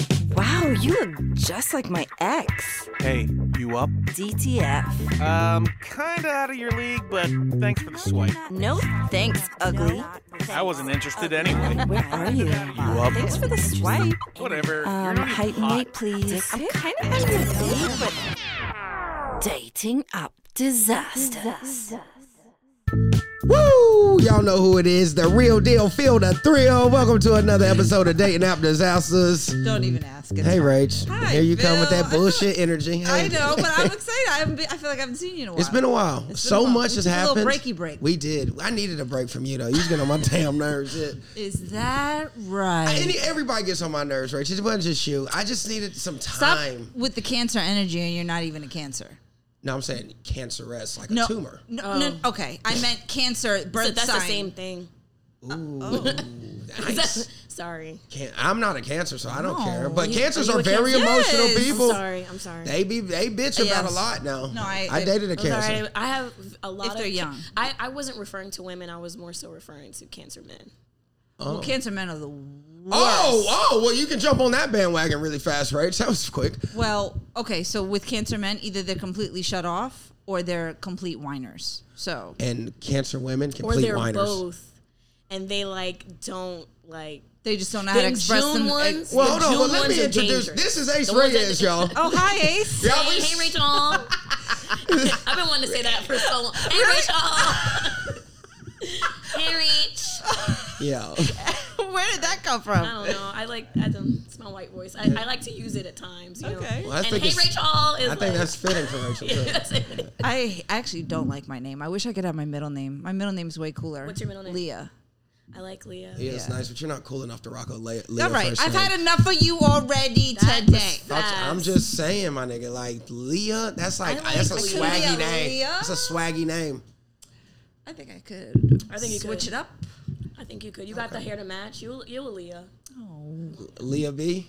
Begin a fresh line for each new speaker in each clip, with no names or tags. Ew, you look just like my ex.
Hey, you up?
DTF.
Um, kinda out of your league, but thanks for the swipe.
No thanks, ugly.
I wasn't interested anyway.
Where are you?
up?
Thanks for the swipe.
Whatever. You're
Um,
not even
height and
hot.
weight, please. I'm kind of on your date, but dating up disasters.
Woo! Y'all know who it is. The real deal. Feel the thrill. Welcome to another episode of Dating App Disasters.
Don't even ask it.
Hey, Rach.
Hi,
Here you come
Bill.
with
I
that
feel-
bullshit energy. Hey.
I know, but I'm excited. I haven't. Been, I feel like I haven't seen you in a while.
It's been a while.
It's been
so
a while.
much
We
has
took a little
happened.
breaky break.
We did. I needed a break from you though. You was getting on my damn nerves. Shit.
Is that right?
Any, everybody gets on my nerves, Rach. It wasn't just you. I just needed some
Stop
time.
with the cancer energy, and you're not even a cancer.
No, I'm saying cancerous, like
No
a tumor.
No, no, okay. I meant cancer birth
But Oh. that's
sign.
the same thing.
Nice.
Sorry.
Can- I'm not a cancer, so I don't
No.
care. But
You-
cancers
are you
are
a
very
cancer?
emotional
Yes. I'm
people.
I'm sorry. I'm sorry.
They be they bitch about
Yes.
a lot now.
No, I- I-
dated a
I'm
cancer.
sorry. I have a lot
If
of
they're young.
I, I wasn't referring to women. I was more so referring to cancer men.
Well, cancer men are the worst.
Oh, oh, well, you can jump on that bandwagon really fast, right? That was quick.
Well, okay. So with cancer men, either they're completely shut off or they're complete whiners. So
And cancer women,
Or
complete
they're
whiners.
both. And they like don't like
they just don't know how to
the
express
June
them.
ones.
Well, hold
the
on.
June
Well, let
ones
me
are
introduce.
dangerous.
This is Ace
The ones that-
Reyes, y'all.
Oh, hi, Ace.
Y'all,
Hey,
we-
hey, Rachel. I've been wanting to say that for so long. Hey, Rachel. hey, Rach.
Yeah.
Where did that come
I
from?
don't know. I like. I don't, it's my white voice. I, I like to use it at times. You
Okay.
Know?
Well, I
and
think
hey,
it's-
Rachel. Is
I
like-
think that's fitting for Rachel. too.
I actually don't like my name. I wish I could have my middle name. My middle name's way cooler.
What's your middle name?
Leah.
I like Leah.
Yeah, it's nice, but you're not cool enough to rock a Leah.
All right,
first
I've
name.
had enough of you already
That was
today.
fast.
I'm, I'm just saying, my nigga. Like Leah, that's like,
I like
that's a
Leah.
swaggy
Leah,
name.
Leah.
That's a swaggy name.
I think I could.
I think you
switch
could.
it up.
I think you could. You got the hair to match. You, you, Leah.
Leah B.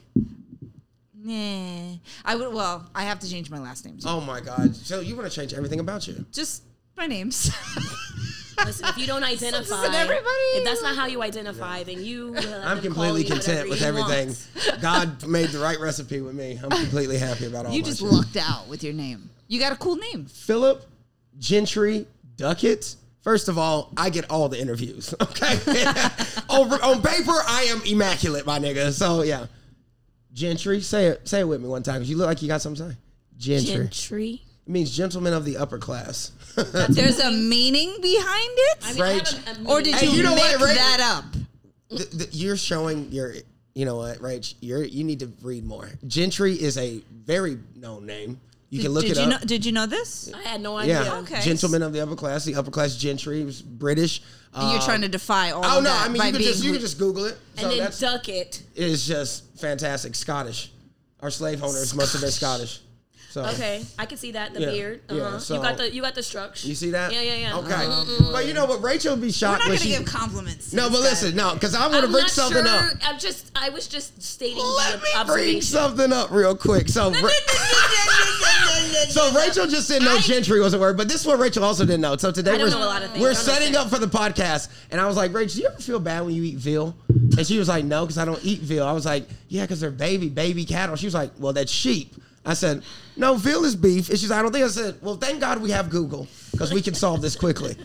Nah, I would. Well, I have to change my last names.
Oh my God. So you want to change everything about you?
Just my names.
Listen, if you don't identify,
everybody.
if that's not how you identify, then you. will let
I'm
them call
completely
you whatever
content with
you
everything.
want.
God made the right recipe with me. I'm completely happy about all
you
my
just
shit.
lucked out with your name. You got a cool name.
Philip Gentry Duckett. First of all, I get all the interviews. Okay, Over, on paper, I am immaculate, my nigga. So yeah, Gentry, say it, say it with me one time. 'cause You look like you got something to say. Gentry.
Gentry.
It means gentlemen of the upper class.
There's a meaning behind it,
I mean, I have
Rach.
a- a
or did
meeting.
Hey,
you,
you know
make
what, Ray?
that up?
Th- th- you're showing your, you know what, Rach? You're you need to read more. Gentry is a very known name. You can look
did
it
you
up.
know? Did you know this?
I had no idea.
yeah,
Okay.
gentlemen of the upper class, the upper class gentry, was British.
And you're
Uh,
trying to defy all.
Oh
of
no!
that
I mean,
by
you can
being
just you
who-
can just Google it. So
And then
that's
duck it.
it's just fantastic. Scottish. Our slave owners must have been Scottish. So
Okay, I can see that. The
Yeah,
beard.
yeah,
Uh-huh. you got
so-
the you got the structure.
you see that?
Yeah, yeah, yeah. Uh-huh. Mm-hmm.
Okay, but you know what? Rachel would be
We're
shocked
not
when
gonna
she.
give compliments. to
no,
this
but
guy.
listen, no, because I'm gonna
I'm
bring
not
something
sure.
up.
I'm just. I was just stating.
Let
the
me bring
observation.
something up real quick. So. Ra- So Rachel just didn't know gentry was a word, but this is what Rachel also didn't know. So today
I don't
we're,
know a lot of things.
we're
I don't know
setting up for the podcast, and I was like, Rachel, do you ever feel bad when you eat veal? And she was like, No, because I don't eat veal. I was like, Yeah, because they're baby baby cattle. She was like, Well, that's sheep. I said, No, veal is beef. And she's like, I don't think I said. Well, thank God we have Google because we can solve this quickly.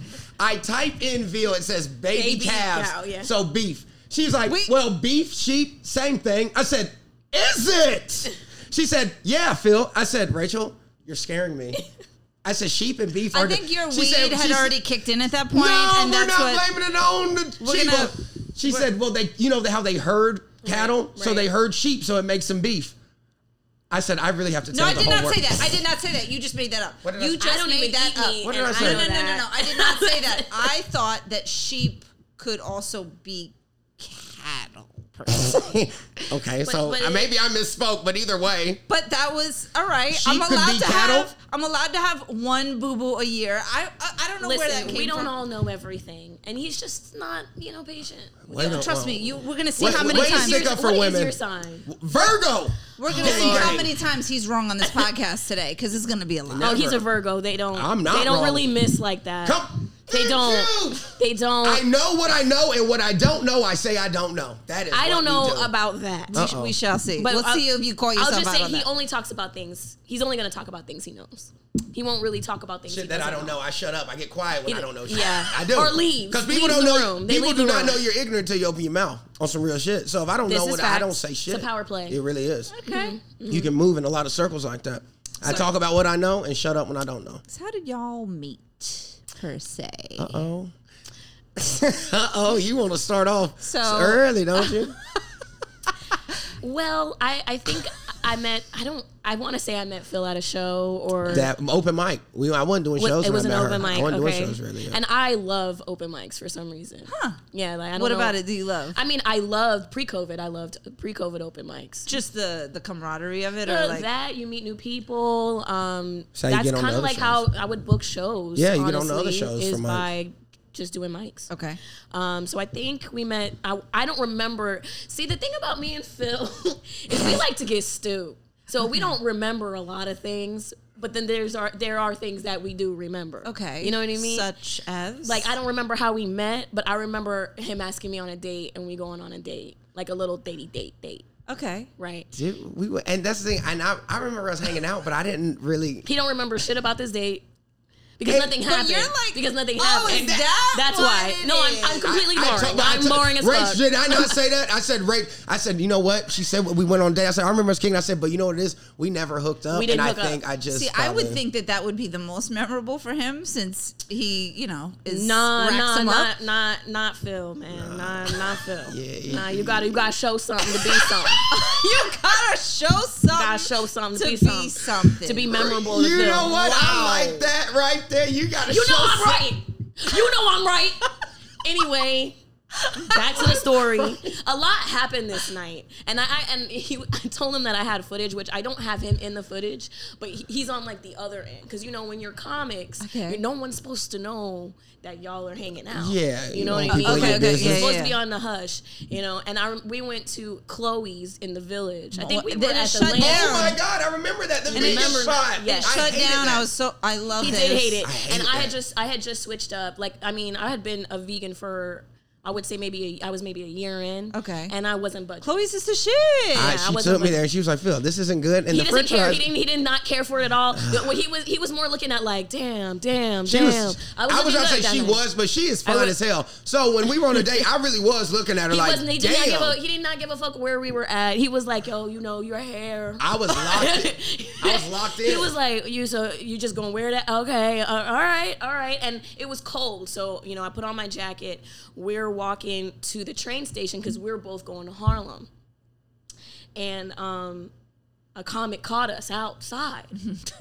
I type in veal. It says baby,
Baby
calves.
cow, yeah.
So beef. She's like,
We-
Well, beef, sheep, same thing. I said, Is it? She said, Yeah, Phil. I said, Rachel, you're scaring me. I said, Sheep and beef
I
are.
think your
She
weed
said- she
had
said-
already kicked in at that
No,
point, and
we're
that's
not
what.
blaming it on the
We're
sheep.
gonna-
she said, Well, they, you know how they herd cattle, so
right.
they herd sheep, so it makes them beef. I said, I really have to
No,
tell
I
the
did
whole
not
world."
say that. I did not say that. You just made that up.
What did I
you
say?
just
I don't
made
even
that
eat
up.
meat,
What did
and
I say?
No,
know
no, no, no,
that.
no. I did not say that. I thought that sheep could also be cattle. per se.
okay, so
but
uh,
it-
maybe I misspoke, but either way,
But that was all right.
Sheep
I'm
could be
allowed to
cattle?
have. I'm allowed to have one boo boo a year. I, I I don't know where that
Listen,
came
we don't
from.
all know everything, and he's just not, you know, patient.
Wait a-
Trust
well,
me, you. We're gonna see
Wait-
how many
wait a
times.
second. Stick up for
What is
women.
your sign?
Virgo.
We're gonna
Dang
see how
it.
many times he's wrong on this podcast today, because it's gonna be a lot.
Oh, he's a Virgo. They don't.
I'm not
They don't
wrong.
really miss like that.
Come,
They don't. They don't.
I
I,
know what I know, and what I don't know, I say I don't know. That is. what we
don't know
do.
about that.
Uh-oh.
We shall see.
But
Let's
I'll-
see if you call yourself
I'll just
out
say
on
he
that.
only talks about things. He's only going to talk about things he knows. He won't really talk about things he
shit that I
doesn't
don't know. I shut up. I get quiet when I
Either-
don't know shit.
yeah.
I do.
Or leave.
Because people
Leave
don't
the
know.
room. They
People
leave
do
the
not
room.
know you're ignorant till you open your mouth on some real shit. So if I don't
This
know
is
what I don't
facts.
say
It's
shit.
a power play.
It really is.
Okay. Mm-hmm.
You can move in a lot of circles like that. I talk about what I know and shut up when I don't know.
So how did y'all meet per se?
Oh. uh oh, you want to start off
So-
early, don't you?
Well, I, I think I met, I don't, I want to say I met Phil at a show or.
that open mic. We I wasn't doing
What-
shows.
it
when
was
I
an
met her.
open
I
mic,
wasn't
okay.
doing shows really. yeah.
And I love open mics for some reason. Huh? Yeah, like I don't
What
know.
about it? Do you love
I mean, I loved pre-COVID. I loved pre-COVID open mics.
just the the camaraderie of it,
Other
or
than
like
Uh, that you meet new people. Um,
So you
that's
get on the
kind of
other
like how
shows.
I would book shows.
Yeah, you
honestly,
get on the other shows
is
for mics.
by just doing mics.
okay?
Um, so I think we met. I, I don't remember. See, the thing about me and Phil is we like to get stupid, so we don't remember a lot of things. But then there's are there are things that we do remember.
Okay.
you know what I mean.
Such as
like I don't remember how we met, but I remember him asking me on a date and we going on a date, like a little datey date date,
okay.
right?
Dude, we were, and that's the thing. And I, I remember us hanging out, but I didn't really.
He don't remember shit about this date because
Hey,
nothing
but
happened.
you're like,
because nothing
oh,
happened.
is that
That's
what
why.
it
No, I'm,
is?
I'm completely
I
boring.
told- I
I am
told-
boring as
Rach,
fuck.
Did I not say that? I said, Rach, I said, you know what? She said we went on date. I said, I remember us kicking. I said, but you know what it is? We never hooked up.
We didn't
and
hook
I
up.
think I just.
See, I would
probably-
think that that would be the most memorable for him since he, you know, is
Nah,
racks
nah,
him up.
not, not, not Phil, man. Nah, not Phil.
Yeah, yeah,
nah, you gotta, you gotta show something to be something.
you gotta show something.
gotta show something to,
to
be,
be
something.
something.
To be memorable. to
You
Phil.
know what?
Wow.
I like that right there. You got to
You
show
know I'm right. You know I'm right. Anyway, back to the story. A lot happened this night, and I, I and he, I told him that I had footage, which I don't have him in the footage, but he, he's on like the other end because you know when you're comics,
Okay.
you- no one's supposed to know that y'all are hanging out.
Yeah,
you know
you want
what I
people
mean.
in your Okay, okay,
You're
business. yeah,
supposed
yeah.
to be on the hush, you know. And I rem- we went to Chloe's in the village. I think we
Then
were
it
at the
shut
Lane.
down.
Oh my God, I remember that. The
And
biggest
remember-
spot.
yeah.
I
Shut
hated
down.
That.
I was so. I love
he
this.
did hate it
I hated
and i had
that.
just i had just switched up like i mean i had been a vegan for i would say maybe a, i was maybe a year in
Okay.
and i wasn't but
Chloe's is the shit.
I,
I
she
wasn't
took me
with-
there and she was like, Phil, this isn't good. And
he
the
doesn't
French
care.
fries.
He didn't. He did not care for it at all. The- well, he was. He was more looking at like, damn, damn,
She
damn.
was, I was,
wasn't
gonna
good
say
at
she
that.
was, but she is
I
fine
was-
as hell. So when we were on a date, I really was looking at her
He
like,
wasn't. He did not give a.
damn.
He did not give a fuck where we were at. He was like, yo, you know, your hair.
I was locked. in. I was locked in.
He was like, "You so you just gonna wear that? Okay, uh, all right, all right." And it was cold, so you know I put on my jacket. We're walking to the train station because we're both going to Harlem, and um, a comic caught us outside,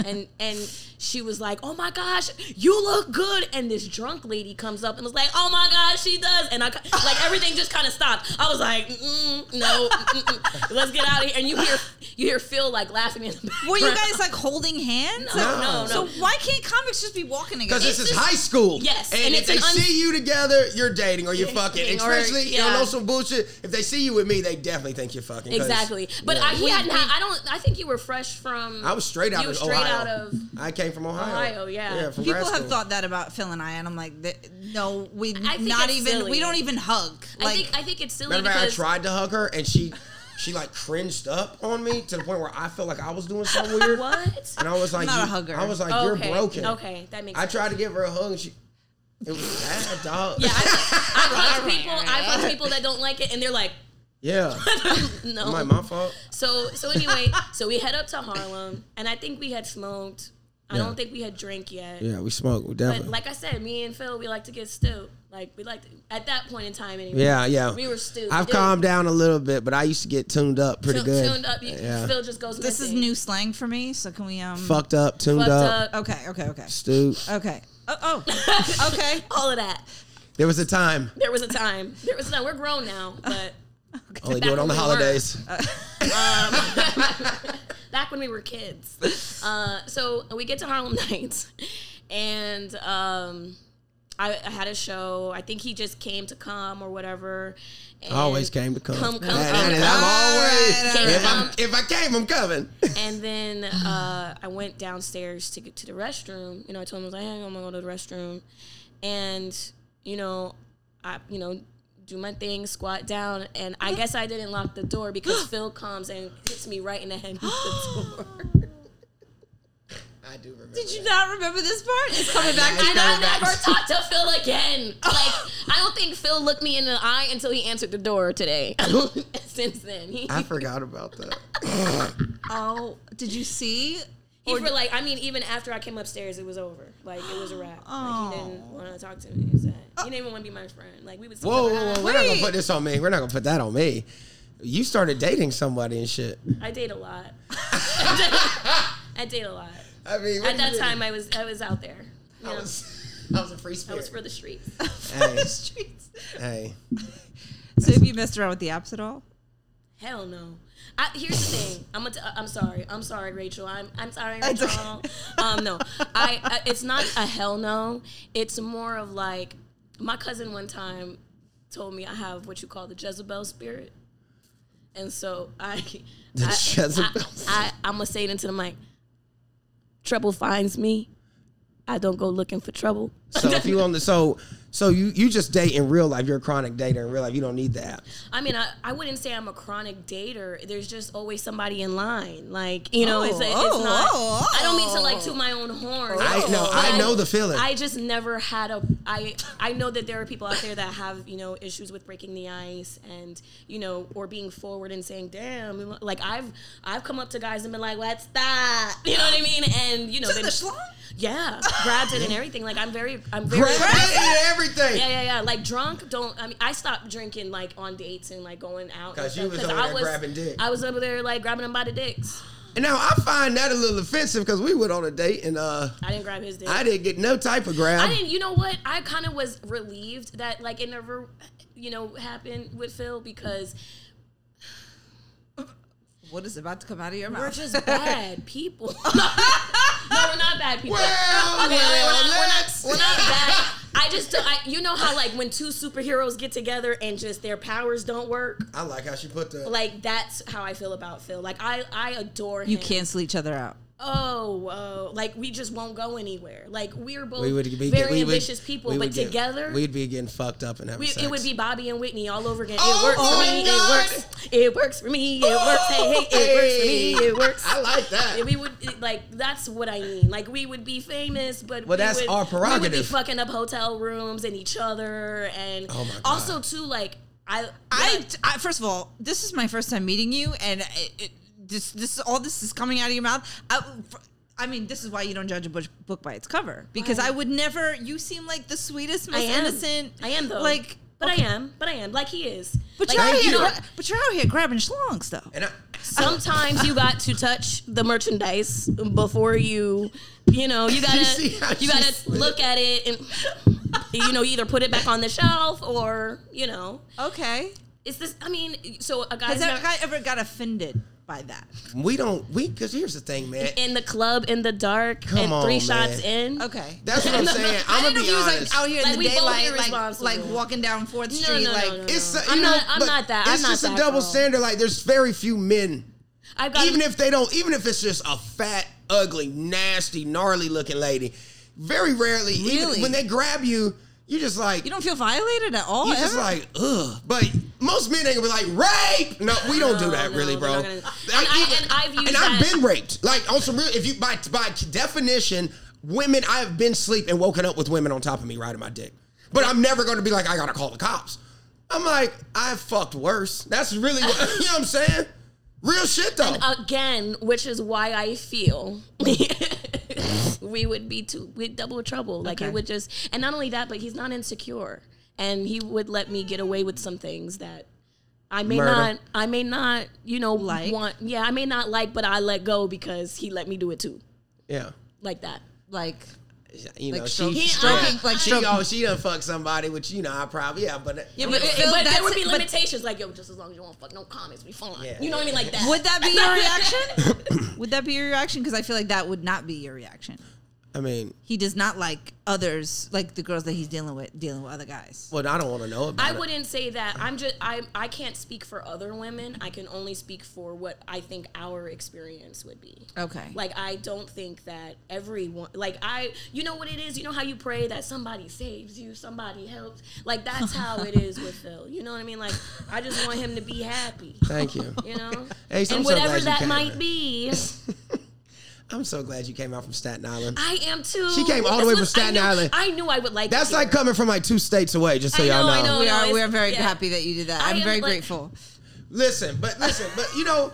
and and she was like, "Oh my gosh, you look good!" And this drunk lady comes up and was like, "Oh my gosh, she does!" And I ki- like everything just kind of stopped. I was like, mm, "No, mm-mm, let's get out of here." And you hear you hear Phil like laughing in the background.
Were you guys like holding hands?
No, no, no.
So why can't comics just be walking together?
Because this
It's
is
just-
high school.
Yes,
And,
and
if
it's
they
an un-
see you together, you're dating or you're
Yeah,
fucking.
dating or-
Especially, you don't
yeah.
know some bullshit. If they see you with me, they definitely think you're fucking. 'cause-
Exactly, but I, he hadn't. had- I don't. I think you were fresh from.
I was straight out
you were
of
straight
Ohio.
out of.
I came from Ohio.
Ohio, yeah.
Yeah, from
People
grad
have
school.
thought that about Phil and I, and I'm like, th- no, we
I think
not
it's
even.
silly.
We don't even hug.
I
Like,
think. I think it's silly
Matter of fact, I
because
tried to hug her and she she like cringed up on me to the point where I felt like I was doing something weird.
what?
And I was like,
not a
you-
hugger.
I was like, you're
okay.
broken.
Okay, that makes.
I
sense.
tried to give her a hug and she it was bad, dog.
Yeah, I've, I've hugged people. I've hugged people that don't like it, and they're like,
Yeah.
no.
I'm like, my fault.
So so anyway, so we head up to Harlem, and I think we had smoked. I
Yeah.
don't think we had drank yet.
Yeah, we smoked. We definitely.
But like I said, me and Phil, we like to get stupid. Like we like to, at that point in time anyway.
yeah, yeah.
We were stupid.
I've calmed down a little bit, but I used to get tuned up pretty
Tu-
good.
Tuned up. You,
Yeah.
Phil just goes.
this is
missing.
new slang for me. So can we um?
Fucked up, tuned
Fucked
up,
up.
Okay, okay, okay,
stoop.
okay. Oh, oh, okay.
All of that.
There was a time.
There was a time. There was a time. We're grown now, but
Only do it on the
Back when we
holidays.
Uh, back when we were kids. Uh, so we get to Harlem Nights, and um, I, I had a show. I think he just came to come or whatever. And
Always came to come.
Come, come,
That- that
come,
is- I'm
come.
always.
Alright,
alright.
if, I'm, if I came, I'm coming.
And then uh, I went downstairs to get to the restroom. You know, I told him I was like, "Hey, I'm gonna go to the restroom." and you know, I you know do my thing, squat down, and I guess I didn't lock the door because Phil comes and hits me right in the head with the door.
I do remember.
Did you not remember this part? It's coming back to
And
you.
I never talked to Phil again. Like, I don't think Phil looked me in the eye until he answered the door today. Since then, he,
I forgot about that.
Oh, did you see?
he were like, I mean, even after I came upstairs, it was over. Like, it was a wrap.
Oh.
Like, he didn't want to talk to me. He was sad. He didn't even want to be my friend. Like, we would. see
Whoa,
each
whoa, whoa!
other. Ah,
We're not gonna
Wait.
put this on me. We're not gonna put that on me. You started dating somebody and shit.
I date a lot. I date a lot.
I mean,
At that time, I was I was out there. You know, I, was,
I was a free spirit.
for the streets.
hey,
Streets.
hey,
So have you messed around with the apps at all?
Hell no. I, here's the thing. I'm a t- uh, I'm sorry. I'm sorry, Rachel. I'm I'm sorry,
It's
Rachel.
okay.
Um, no, I, I. It's not a hell no. It's more of like my cousin one time told me I have what you call the Jezebel spirit, and so I.
The
I,
Jezebel
I, I, am gonna say it into the mic. Trouble finds me. I don't go looking for trouble.
so if you on the so so you you just date in real life. You're a chronic dater in real life. You don't need the app.
I mean, I, I wouldn't say I'm a chronic dater. There's just always somebody in line. Like, you know, it's, it's
Oh,
not.
oh,
I don't mean to like toot my own horn.
I know.
But
I know the feeling.
I just never had a. I I know that there are people out there that have you know issues with breaking the ice and you know or being forward and saying damn like I've I've come up to guys and been like what's that you know what I mean and you know
To
they
the schlong?
yeah grabbed it and everything like I'm very I'm very
Grab it and everything.
yeah, yeah, yeah. Like drunk, don't. I mean, I stopped drinking like on dates and like going out. and
'Cause you
stuff,
was over
I
there grabbing dick.
I was over there like grabbing him by the dicks.
And now I find that a little offensive because we went on a date and uh
I didn't grab his dick.
I didn't get no type of grab.
I didn't. You know what? I kind of was relieved that like it never, you know, happened with Phil because
What is about to come out of your mouth?
we're just bad people. no, we're not bad people.
Well,
Okay, okay, we're,
well,
not, we're, not,
let's-
we're not bad. I just, I, you know how like when two superheroes get together and just their powers don't work.
I like how she put the.
Like that's how I feel about Phil. Like I, I adore him.
you cancel each other out.
oh, whoa. Like, we just won't go anywhere. Like, we're both
we would be
very
we would-
ambitious people,
we
but
would get-
together,
we'd be getting fucked up and having
we,
sex.
it would be Bobby and Whitney all over again.
Oh,
it works
oh
for
my
me.
God.
It works. It works for me. It works. Hey, hey, it works for me. It works.
I like that.
And we would it- like that's what I mean. Like we would be famous, but
Well,
we
that's
would,
our
We would be
prerogative.
fucking up hotel rooms and each other, and
Oh my God.
also too like I
I, I first of all, this is my first time meeting you, and it, it, this this all this is coming out of your mouth. I, I mean, this is why you don't judge a book, book by its cover because
Why?
I would never. You seem like the sweetest,
I
most
am
innocent.
I am though.
Like,
but I am. But I am. Like he is.
but
like,
you're out
Thank
here,
you.
gra- but you're out here grabbing schlongs though.
And I,
sometimes you got to touch the merchandise before you you know you gotta
You see how
you gotta
she slid
look at it and you know either put it back on the shelf or you know
Okay,
it's this i mean so a guy's
has that
not,
guy ever got offended by that?
we don't. We because here's the thing, man.
in the club in the dark
Come
and
on,
three
man.
shots in
Okay.
That's what I'm
No, no,
saying.
I
I'm gonna
didn't know
be
he was
honest.
like out here in
Like,
the
we both
daylight, like,
irresponsible.
like walking down Fourth
No,
Street,
no, no,
like
no.
it's
I'm
you know,
not- I'm
but
not that- I'm
it's
not
just a
that
double
girl.
standard. Like there's very few men,
i've got
even if they don't, even if it's just a fat, ugly, nasty, gnarly looking lady. Very rarely,
Really?
even when they grab you, you just like
you don't feel violated at all.
You just
ever?
like, ugh. But most men ain't gonna be like, rape. No, we don't do
No,
that,
no,
really,
they're
bro.
not gonna- And I- and I've used
and I've
that-
been raped. Like on some real. If you by by definition, women, I have been sleep and woken up with women on top of me riding my dick. But I'm never gonna be like, I gotta call the cops. I'm like, I fucked worse. That's really what you know what I'm saying. Real shit though.
uh, again which is why i feel we would be too with double trouble like
Okay.
it would just and not only that but he's not insecure and he would let me get away with some things that i may
Murder.
not i may not you know
Like?
want yeah i may not like but i let go because he let me do it too
yeah.
like that
like
You know,
Like
she,
stroke-
she,
stroking, like
she,
stroking.
oh, she done fuck somebody, which you know, I probably yeah, but
Yeah,
but,
but
it-
Phil,
but
that's-
there would be
but-
limitations like yo just as long as you don't fuck no comments we fine
Yeah.
you know what i mean like that
Would that be your reaction? would that be your reaction? Because I feel like that would not be your reaction.
I mean,
He does not like others, like the girls that he's dealing with, dealing with other guys.
well, I don't want to know about
I
it.
wouldn't say that. I'm just I I can't speak for other women. I can only speak for what I think our experience would be.
Okay.
Like I don't think that everyone like I you know what it is, you know how you pray that somebody saves you, somebody helps. Like that's how it is with Phil. You know what I mean? Like I just want him to be happy.
Thank you.
You know?
Hey, so I'm
and
so glad
whatever
you
that
came.
might be,
I'm so glad you came out from Staten Island.
I am too.
She came all the way from
Listen, I
Staten
knew-
Island.
I knew I would like it
That's
here.
like coming from like two states away, just so
I
y'all
know, I
know.
know.
we
no,
are.
it's-
We are very
yeah.
happy that you did that.
I
I'm
am,
very
like-
grateful.
Listen, but listen, but you know,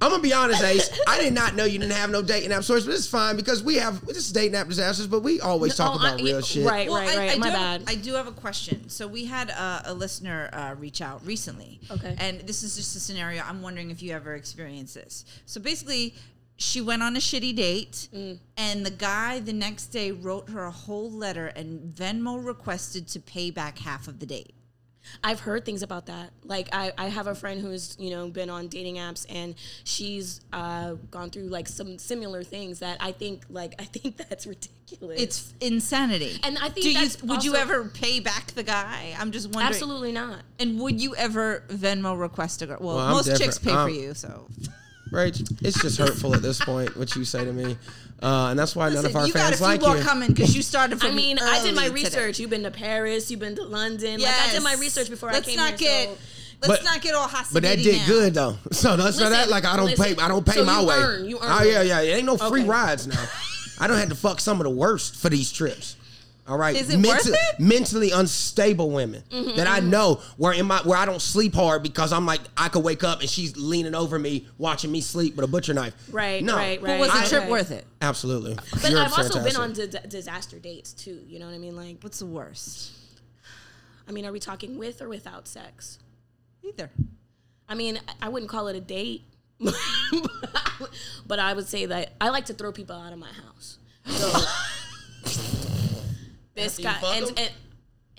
I'm gonna be honest, Ace. I did not know you didn't have no dating app source, but it's fine because we have this is dating app disasters, but we always talk
Oh, I-
about real
yeah,
shit.
Right, right,
I,
right.
I
My
do
bad.
Have, I do have a question. So we had uh, a listener uh, reach out recently.
Okay.
And this is just a scenario. I'm wondering if you ever experienced this. So basically, she went on a shitty date,
Mm.
and the guy the next day wrote her a whole letter and Venmo requested to pay back half of the date.
I've heard things about that. Like I, I have a friend who's you know been on dating apps and she's uh, gone through like some similar things that I think like I think that's ridiculous.
It's insanity.
And I think
do you
that's
would you
also-
ever pay back the guy? I'm just wondering.
absolutely not.
And would you ever Venmo request a girl? Well,
Well, I'm
most chicks
different.
pay for
I'm-
you, so
Rach, it's just hurtful at this point what you say to me, uh, and that's why none of
Listen,
our
you got
fans
a few
like
more
you.
coming because you started. From
I mean, I did my
early today.
research. You've been to Paris. You've been to London. Like I did
Yes.
my research before
let's
I came
not Get,
here. so-
Let's
But-
not get all hostile.
But that did good though. So that's not
Listen,
that like I don't pay
listen.
I don't pay
So
my
you
way.
earn, you earn
oh yeah,
it.
yeah. It ain't no free
Okay.
rides now. I don't have to fuck some of the worst for these trips. All right.
Is it worth it?
Mentally unstable women
Mm-hmm,
that I know where in my where I don't sleep hard because I'm like I could wake up and she's leaning over me watching me sleep with a butcher knife.
Right,
No.
right, right.
But was the
I-
trip
Okay.
worth it?
Absolutely.
But I've also been on di- disaster dates too. You know what I mean? Like,
What's the worst?
I mean, are we talking with or without sex?
Either.
I mean, I- I wouldn't call it a date, but I would say that I like to throw people out of my house. So this
After you
guy
fuck
and,
'em?
and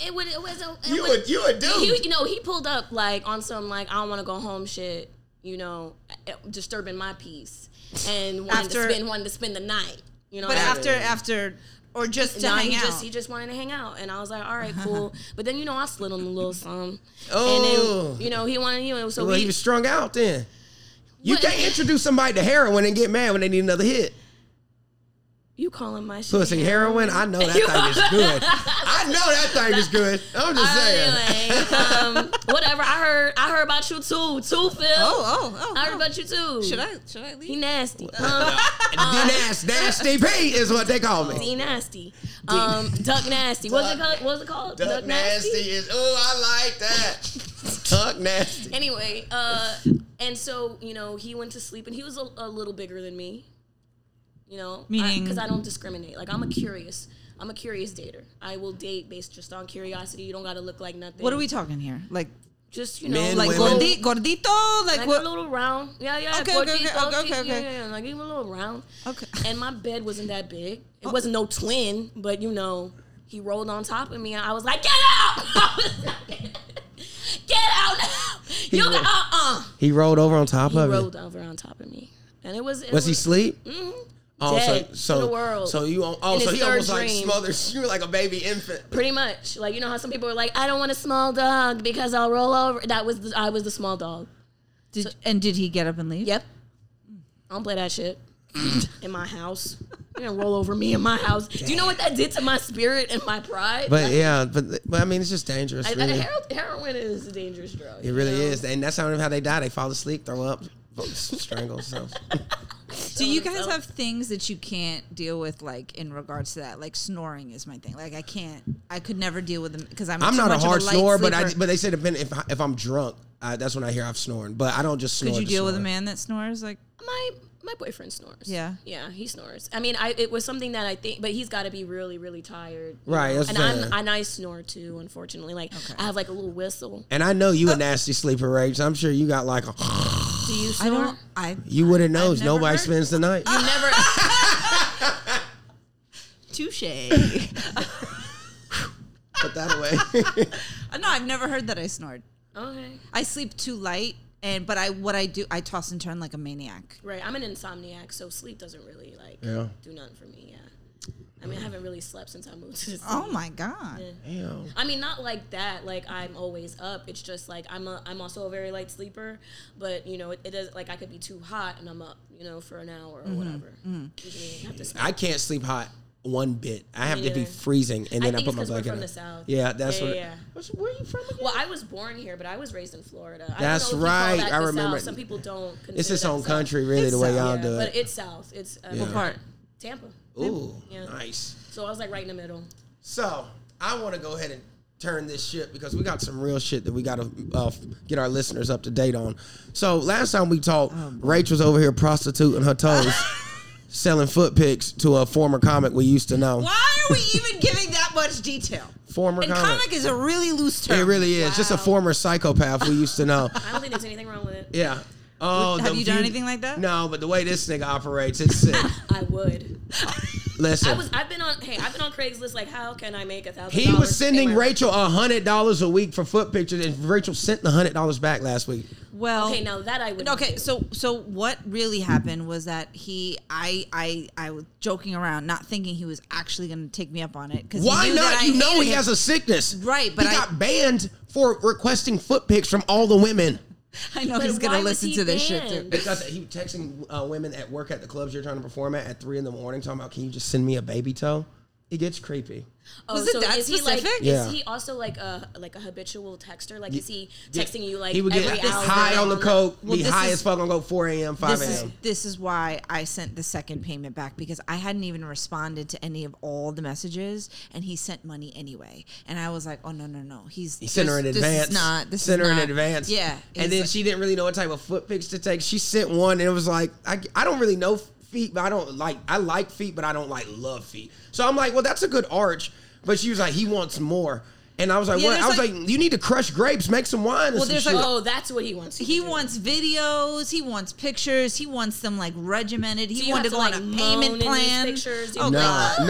it would it was a it
You
was-
would you would do
he, you know he pulled up like on some like I don't want to go home shit. You know, eh, disturbing my peace and wanted
After-
to spend wanted to spend the night. You know,
But
like-
after, after, or just to
no,
hang
he
out.
just he just wanted to hang out, and I was like, all right, cool. but then you know I slid him a little something,
Oh.
and then you know he wanted you know so
Well,
we,
he was strung out then. You
What-
can't introduce somebody to heroin and get mad when they need another hit.
You calling my shit?
Pussy heroin, I know that thing is good. I know that thing is good. I'm just saying.
Anyway, um, whatever. I heard. I heard about you too. Too Phil.
oh, oh, oh.
I heard about you too.
should I? Should I
He
leave?
nasty. Um, Huh?
Nasty, nasty P is what they call me.
he nasty. Um, duck nasty. What's it
Duck-
called? What's it called?
Duck nasty is, oh, I like that. Duck nasty.
Anyway, uh, and so you know, he went to sleep, and he was a, a little bigger than me. You know,
Meaning-
because I, don't discriminate. Like I'm a curious. I'm a curious dater. I will date based just on curiosity. You don't got to look like nothing.
What are we talking here? Like,
Just you know,
Men,
like
like
women.
go
gordi, gordito? Like
like
what?
a little round. Yeah, yeah.
Okay, okay,
gordito,
okay, okay,
cheek,
okay,
Yeah,
okay.
yeah, yeah, like even a little round.
Okay. Oh.
And my bed wasn't that big. It wasn't no twin, but you know, he rolled on top of me, and I was like, "Get out!" I was like, Get out now! You
rolled-
uh uh.
He rolled over on top
He
of
rolled
it.
over on top of me, and it was. It
Was he asleep?
Mhm.
Oh,
Dead
so, so,
to the world.
so you, oh,
In
so
his
he almost
third
like
dream.
smothers you like a baby infant.
Pretty much, like you know how some people are like, "I don't want a small dog because I'll roll over." That was the, I was the small dog.
Did, and did he get up and leave?
Yep. I don't play that shit in my house. You didn't roll over me in my house. Do you know what that did to my spirit and my pride?
But yeah, but, but I mean, it's just dangerous,
I, I,
really.
hero- heroin is a dangerous drug.
It really is, and that's how how they die. They fall asleep, throw up, strangle themselves.
Do you guys have things that you can't deal with, like in regards to that? Like snoring is my thing. Like I can't, I could never deal with them because I'm.
I'm
too
not a
much of
hard
light
snorer, but I
sleeper.
but they said if if, I- if I'm drunk, I, that's when I hear I've snoring. But I don't just snore.
could you
to
deal with a
snore.
man that snores? Like
My my boyfriend snores.
Yeah.
Yeah, he snores. I mean, I it was something that I think, but he's got to be really, really tired. you
Right,
know?
that's
And
what I'm
I'm,
saying.
and I snore too, unfortunately. Like I have like a little whistle.
And I know you a nasty sleeper, Rage. I'm sure you got like a.
Do you
I
snore?
don't. I
You wouldn't know.
never
Nobody
heard-
spends the night.
You never.
touche. no,
Put that away.
I've never heard that I snored.
okay.
I sleep too light, and but I what I do, I toss and turn like a maniac.
Right. I'm an insomniac, so sleep doesn't really like
Yeah.
do nothing for me. Yeah. I mean, I haven't really slept since I moved to the
Oh my god.
Damn.
I mean, not like that. Like I'm always up. It's just like I'm a. I'm also a very light sleeper, but you know, it, it is like I could be too hot and I'm up. You know, for an hour or whatever. Usually I have to sleep.
I can't sleep hot one bit. I have to be
neither.
freezing, and
I
then I,
think
put
it's
my
'cause
blanket.
we're from
on.
the South.
Yeah, that's
Yeah,
what.
yeah.
What's- Where are you from? Again?
Well, I was born here, but I was raised in Florida. I don't
That's
know if you
right.
Call that
I
the
remember.
South. Some people don't. Consider
it's its
that
own
South.
country, really,
It's
the way
South,
y'all
Yeah,
do
but
it.
it's South. It's uh,
Yeah.
Part.
Tampa.
Ooh,
Yeah.
nice.
So I was like right in the middle.
So I want to go ahead and turn this shit because we got some real shit that we got to uh, get our listeners up to date on. So last time we talked,
Oh,
Rachel's over here prostituting her toes, selling foot pics to a former comic we used to know.
Why are we even giving that much detail?
Former
And comic is a really loose term.
It really is. Just a former psychopath we used to know.
I don't think there's anything wrong with it.
Yeah. Oh,
Have
the
you done
view-
anything like that?
No, but the way this nigga operates, it's sick.
I would.
Listen,
I was. I've been on. Hey, I've been on Craigslist. Like, how can I make a thousand?
he was
dollars
sending
somewhere?
Rachel a hundred dollars a week for foot pictures, and Rachel sent the hundred dollars back last week.
Well,
Okay, now that I would.
okay so so what really happened was that he i i i was joking around not thinking he was actually going to take me up on it because
Why not? You know he has a sickness,
Right, but
he
I-
got banned for requesting foot pics from all the women
i know
But
he's going
why
to
was
listen
he
to this shit too
banned?
because he was texting uh, women at work at the clubs you're trying to perform at at three in the morning, talking about, "Can you just send me a baby toe?" It gets creepy.
Oh,
Was it
so
that
is He
specific?
like,
Yeah.
Is he also like a like a habitual texter? Like, is he texting you like
he would get
every hour?
high on the coke,
Well,
be
this
high
is-
as fuck on go four a.m., five
this
a.m.
is this is why I sent the second payment back because I hadn't even responded to any of all the messages, and he sent money anyway. And I was like, "Oh no, no, no! He's
He sent her in
this-
advance.
This is not this
sent
is
her
not-
in advance.
Yeah,
And then
It's-
she didn't really know what type of foot pics to take. She sent one, and it was like, I, I don't really know feet, but I don't like. I like feet, but I don't like love feet. So I'm like, well, that's a good arch. But she was like, he wants more. And I was like,
Yeah,
what? I
there's
was like,
like-
you need to crush grapes, make some wine. And
Well,
some
there's
shit.
like-
Oh, that's what he wants. you
He
to do.
wants videos. He wants pictures. He wants them like regimented. He
you
wanted to
have
go
to,
on a
like, moan in
payment
these
plan.
pictures? Do
Oh
you-
no,
god.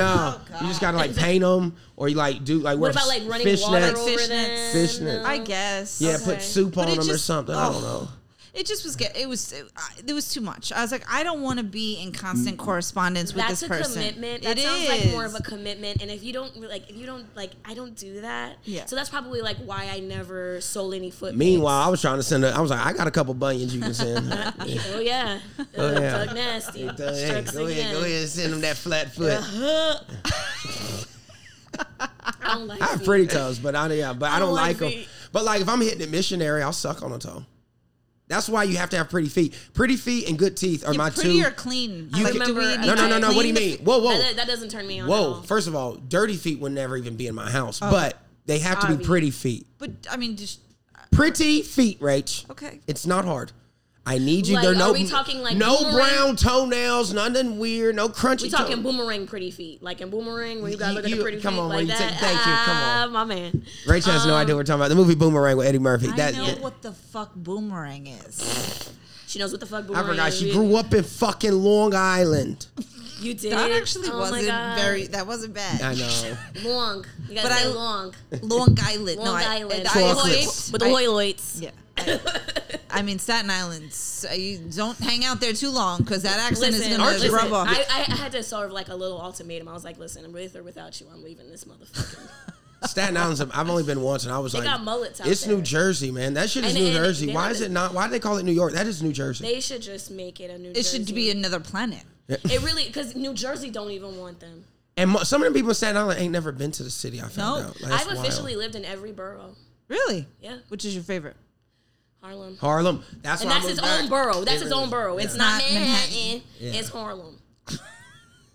no. you just gotta like paint them, or you like do like
What about like running water
fishnets,
over
Fishnets.
them?
Fishnets.
I guess.
Yeah,
Okay.
put soup
But
on
it
them or
just-
something. I don't
oh.
know.
It just was get. It was. It, I, it was too much. I was like, I don't want to be in constant correspondence with
That's
this
a
person.
commitment. That
It
sounds like more
is.
of a commitment. And if you don't like, if you don't like, I don't do that.
Yeah.
So that's probably like why I never sold any foot.
Meanwhile, I was trying to send. A, I was like, I got a couple bunions you can send.
pics. oh yeah,
Oh,
Ugh,
yeah.
fuck nasty.
Go ahead,
Strikes
go ahead,
again.
go ahead and send him that flat foot.
I don't like.
I have
feet.
pretty toes, but I yeah, but I don't, like them.
feet.
But like if I'm hitting a missionary, I'll suck on a toe. That's why you have to have pretty feet. Pretty feet and good teeth are
Yeah,
my
pretty
two.
or clean.
You
like,
can-
do we
No,
need
no, no,
to
no, no. What do you
clean
mean? Whoa, whoa,
That, that doesn't turn me on. At
whoa!
all.
First of all, dirty feet would never even be in my house, but they have to be
Oh. Obvious.
pretty feet.
the- But I mean, just
Pretty feet, Rach.
Okay.
It's not hard. I need you.
Like,
there no
are we talking, like,
no
boomerang?
brown toenails, nothing weird, no crunchy.
We talking
toe-
boomerang pretty feet, like in boomerang where you gotta
You-
look at
you-
the pretty
come
feet
on,
like
Ray,
that.
take- thank you, come
Ah,
on.
my man.
Rach has
Um,
no idea what we're talking about. The movie Boomerang with Eddie Murphy.
I
that
know what the fuck boomerang is.
She knows what the fuck
I
boomerang.
forgot
is.
she
You-
grew up in fucking Long Island.
You did.
That actually
Oh my
wasn't
God.
very. That wasn't bad.
I know.
long. You gotta
But
say
I-
long.
Long Island.
Long
no, I-
Island.
I,
Chocolate.
escaped-
With
I-
the Loyaloids.
Yeah. I, I mean, Staten Island, so you don't hang out there too long because that accent
Listen,
is going
listen,
to rub off.
I, I had to sort of like a little ultimatum. I was like, listen, I'm with or without you. I'm leaving this motherfucker.
Staten Island's. I've only been once, and I was like,
got mullets out
"It's
there.
New Jersey, man. That shit is
And-
New
and-
Jersey.
they
Why
have
is
it-
it not? Why do they call it New York? That is New Jersey.
they should just make it a New
it
Jersey.
should be another planet.
It really, because New Jersey don't even want them.
and mo- some of the people in Staten Island ain't never been to the city. I found
No.
out. Like, that's
I've
wild.
officially lived in every borough.
Really?
Yeah.
Which is your favorite?
Harlem.
Harlem. That's
and
why I
that's
moved
his
back.
own borough. That's
It
his
really-
own borough. It's
Yeah.
not
Not
Manhattan.
Manhattan.
It's Harlem.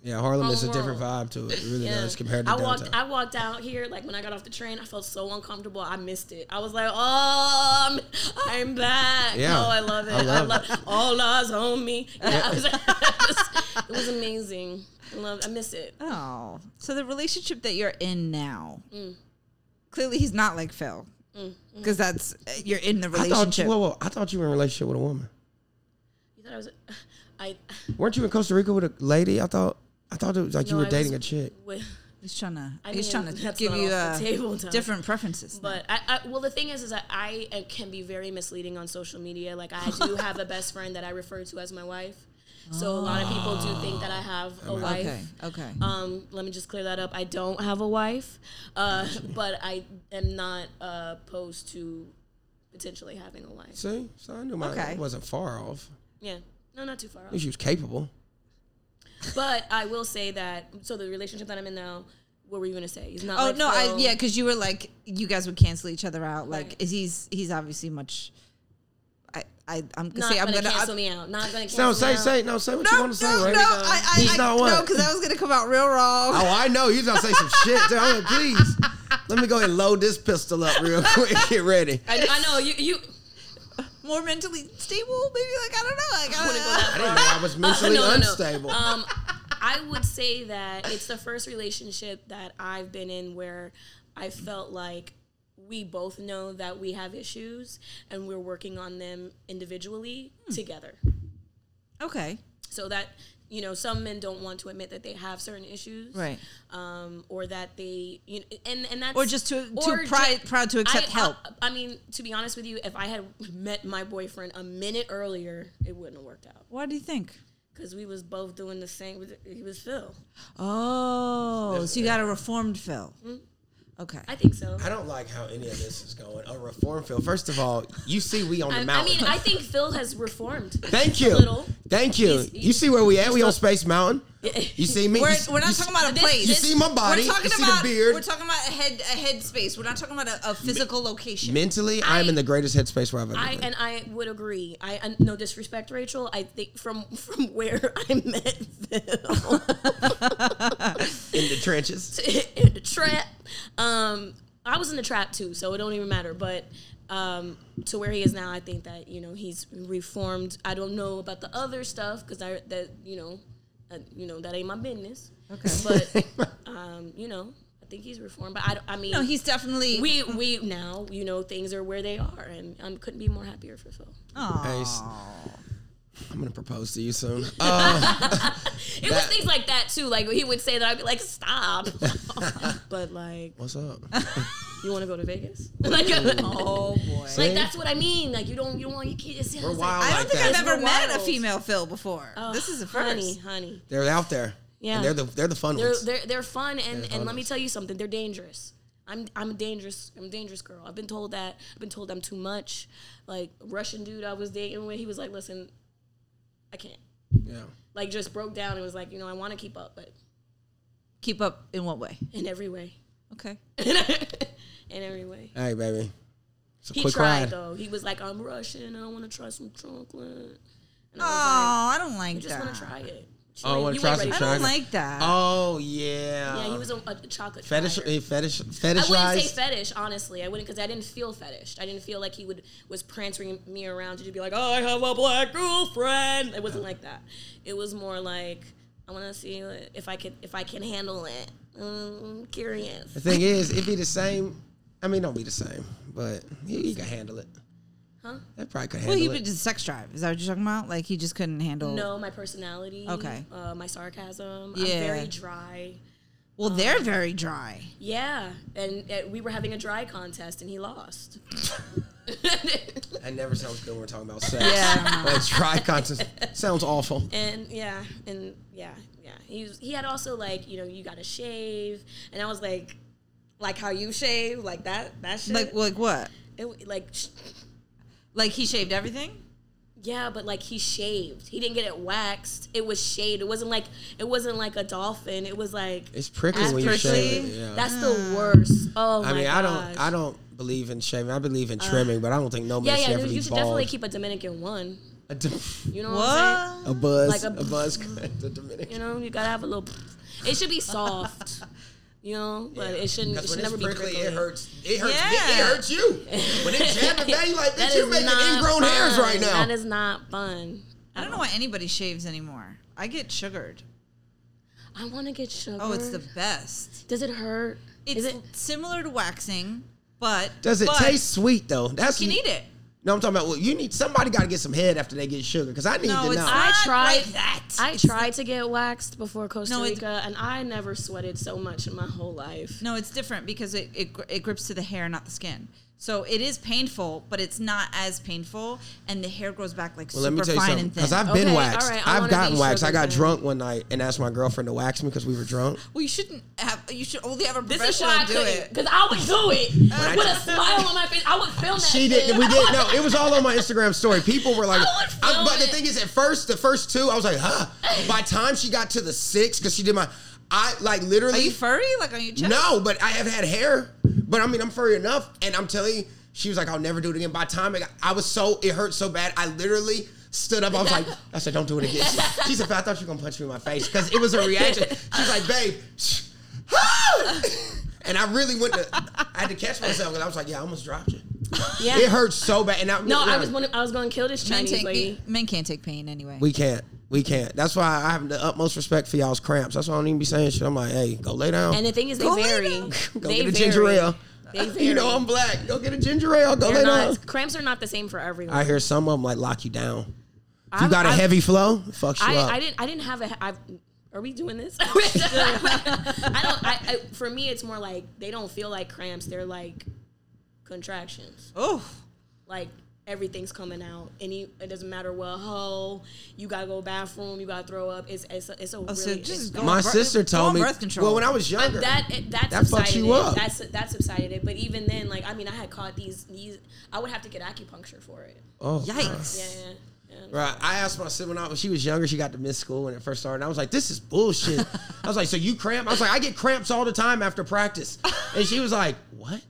Yeah, Harlem is a
Harlem
different
World.
vibe to it. It really
Yeah.
does compared to
I
downtown.
walked I walked out here like when I got off the train I felt so uncomfortable I missed it I was like oh I'm, I'm back
Yeah.
oh I love it
I
I
love
love,
it.
all eyes on me yeah, I was like, it was amazing I love I miss it
Oh. So the relationship that you're in now,
Mm.
clearly he's not like Phil. Because that's, uh, you're in the
I thought you.
relationship.
Whoa, whoa. I thought you were in a relationship with a woman.
you thought I was I
Weren't you in Costa Rica with a lady? I thought. I thought it was like you
no,
were
I
dating a
was
chick.
with,
he's trying to,
I
he's
mean,
trying to
that's
give
not
you
off
uh,
the table, Tom.
different preferences.
But I, I well, the thing is, is that I uh, can be very misleading on social media. Like I do have a best friend that I refer to as my wife, So a lot of people do think that I have a wife.
Okay. Okay.
Um, let me just clear that up. I don't have a wife, uh, but I am not uh, opposed to potentially having a wife.
See, so I knew my
Okay.
wasn't far off.
Yeah, no, not too far
I knew
off.
she was capable.
But I will say that. So the relationship that I'm in now. What were you gonna say? He's not.
oh
like
no, I
Phil.
yeah, because you were like you guys would cancel each other out. Like
Right.
is he's he's obviously much. I I I'm gonna
Not
say I'm
gonna
gonna.
cancel
I'm-
me out. Not gonna cancel
No, say,
me out.
say, no, say what you want to say,
no,
right?
no, I, I,
He's
I,
not
no,
what?
because that was gonna come out real wrong.
Oh, I know. He's gonna say some shit. Dude. I'm like, please, let me go ahead and load this pistol up real quick. Get ready.
I, I know you. You
More mentally stable, maybe. Like I don't know. Like, I
wouldn't go that
I didn't know I was mentally
No, no, no.
unstable.
Um, I would say that it's the first relationship that I've been in where I felt like we both know that we have issues and we're working on them individually
Hmm.
together.
Okay.
So that you know, some men don't want to admit that they have certain issues,
Right.
Um, or that they, you know, and and that's
Or just too- too
or ju-
proud- proud to accept
I- uh,
help.
I, I mean, to be honest with you, if I had met my boyfriend a minute earlier, it wouldn't have worked out
What do you think?
because we was both doing the same. He was Phil.
Oh, so you got a reformed Phil. Okay.
I think so.
I don't like how any of this is going. A reform field. First of all, you see we on
I,
the
I
mountain.
mean, I think Phil has reformed.
Thank you.
little.
Thank you.
He's-
you see where we at? We
he's
on
not-
Space Mountain. You see me?
We're,
You-
we're not
you-
talking about a
this-
place.
you
see my body,
We're talking
you see the
about
beard.
We're talking about a head a head space. We're not talking about a, a physical location.
Mentally, I, am in the greatest headspace where I've ever
I
been.
and I would agree. I and no disrespect, Rachel. I think from from where I met Phil
in the trenches.
in the trap. Um, I was in the trap too, so it don't even matter. But um, to where he is now, I think that you know he's reformed. I don't know about the other stuff because I that you know, uh, you know that ain't my business. Okay, but um, you know. I think he's reformed, but I, don't- I mean,
No, he's definitely.
we we now you know things are where they are, and I couldn't be more happier for Phil.
Nice. I'm gonna propose to you soon. Uh,
It was things like that too. Like he would say that I'd be like, "Stop," but like,
what's up?
you want to go to Vegas? like,
oh boy.
like that's what I mean. Like you don't you don't want your kids.
We're wild
I don't
like
think
that.
I've ever
We're
met a
wild.
female Phil before. this is a first.
Honey, honey,
They're out there.
Yeah.
And they're the they're the fun
they're
ones.
they're they're fun, and and let me
ones.
tell you something. They're dangerous. I'm I'm a dangerous I'm a dangerous girl. I've been told that. I've been told I'm too much. Like Russian dude I was dating with, he was like, "Listen, I can't."
Yeah.
Like just broke down and was like, "You know, I want to keep up, but
Keep up in what way?
in every way,
Okay.
in every way."
Hey, baby. It's a
He
quick
tried
ride.
though. He was like, "I'm Russian. I don't want to try some chocolate." And
Oh,
I was
I don't like
like, "You just
that.
want to try it."
Oh, I
You
wanna
ain't
try
ready
some
for
I
it."
don't
chocolate.
like that.
Oh yeah.
Yeah, he was a, a chocolate
fetish.
flyer.
eh, Fetish.
I wouldn't say
Fetishized.
fetish, honestly. I wouldn't because I didn't feel fetished. I didn't feel like he would was prancing me around to just be like, "I have a black girlfriend." It wasn't like that. It was more like, "I want to see if I could if I can handle it." I'm curious.
The thing is, it'd be the same. I mean, don't be the same, but he, he could handle it. Huh? That probably could
well,
handle
he
it.
was just sex drive. Is that what you're talking about? Like he just couldn't handle.
No, my personality.
Okay.
Uh, my sarcasm. I'm
Yeah.
very dry.
Well, they're very dry.
Yeah, and uh, we were having a dry contest, and he lost.
That never sounds good when we're talking about sex.
Yeah.
That dry content sounds awful.
and yeah, and yeah, yeah. He was, he had also like you know you got to shave, and I was like, like how you shave, like that that shit.
like like what?
It- like sh-
Like he shaved everything.
yeah, but like he shaved. He didn't get it waxed. It was shaved. It wasn't like it wasn't like a dolphin. It was like
It's prickly when you
That's
shave.
prickly.
it, Yeah.
that's
Ah.
the worst. Oh
I
my
mean, I
gosh. Uh,
don't. I don't believe in shaving. I believe in trimming, but I don't think no
Yeah,
man should
yeah.
ever
You
be
should
bald.
definitely keep a Dominican one.
a, Dom-
You know what, I'm saying?
What?
a buzz.
Like
a,
a-
buzz. the Dominican.
You know, you gotta have a little. It should be soft. You know, but it shouldn't. It
Because when
should never
it's
be
prickly,
prickly.
it hurts. It hurts. It,
Yeah.
it hurts you. When it's jabbing down, you like,
That
bitch, you
is
making
not
ingrown hairs
fun.
right now.
That is not fun.
I don't know why anybody shaves anymore. I get sugared.
I want to get sugar.
Oh, it's the best.
Does it hurt?
It's
Is it?
similar to waxing, but
Does it
but
taste sweet though? That's
You can eat it.
No, I'm talking about. Well, you need somebody got to get some head after they get sugar because I need
No,
to
it's
know.
I
Not
tried
like that.
I tried to get waxed before Costa
No, it's-
Rica, and I never sweated so much in my whole life.
No, it's different because it, it gr- it grips to the hair, not the skin. So it is painful, but it's not as painful, and the hair grows back like
Well, let me
super
tell you
fine
something.
and thin. Oh,
Because I've been
Okay,
waxed.
all right, I
I've
wanna
gotten
be
waxed. I
sugar
got
then.
drunk one night and asked my girlfriend to wax me because we were drunk.
well, you shouldn't have. You should only have a
This is
professional
why I
do
couldn't,
it.
because I would do it with a smile on my face. I would film that.
She
shit.
did. We did. No, it was all on my Instagram story. People were like,
I would feel
I- but the
it.
thing is, at first, the first two, I was like, huh. By the time she got to the six, because she did my, I like
Are
literally.
you furry? Like on your chest?
No, but I have had hair. But I mean, I'm furry enough, and I'm telling you, she was like, "I'll never do it again." By the time it got, I was so it hurt so bad, I literally stood up. I was like, "I said, don't do it again." She, she said, "I thought you were gonna punch me in my face because it was a reaction." She's like, "Babe," and I really went to. I had to catch myself because I was like, "Yeah, I almost dropped you."
Yeah.
It hurt so bad, and I,
No, I was one of- I was going to kill this
Men,
Chinese
take,
lady.
men can't take pain anyway.
We can't. We can't. That's why I have the utmost respect for y'all's cramps. That's why I don't even be saying shit. I'm like, "Hey, go lay down."
And the thing is, they
Go lay
vary.
down.
Go
they
get a
vary.
ginger ale.
They vary.
You know I'm black. Go get a ginger ale. Go lay
They're
down.
not, cramps are not the same for everyone.
I hear some of them like lock you down. If you
I've-
got a
I've-
heavy flow, it fucks you up.
I, I didn't. I didn't have a. I've, are we doing this? I don't. I, I, for me, it's more like they don't feel like cramps. They're like contractions.
Oh,
Like everything's coming out. Any. It doesn't matter what hoe. You gotta go bathroom. You gotta throw up. It's it's a, it's a really.
Oh, so just go
My
on birth-
sister
go on
told me.
birth control.
Well, when I was younger,
that it- that
That fucks
subsided
you
it.
up.
That's that subsided it. But even then, like I mean, I had caught these these. I would have to get acupuncture for it.
oh,
yikes.
Yeah. yeah, yeah.
Right. I asked my sister when, I, when she was younger, she got to miss school when it first started. And I was like, this is bullshit. I was like, so you cramp? I was like, I get cramps all the time after practice. And she was like, what?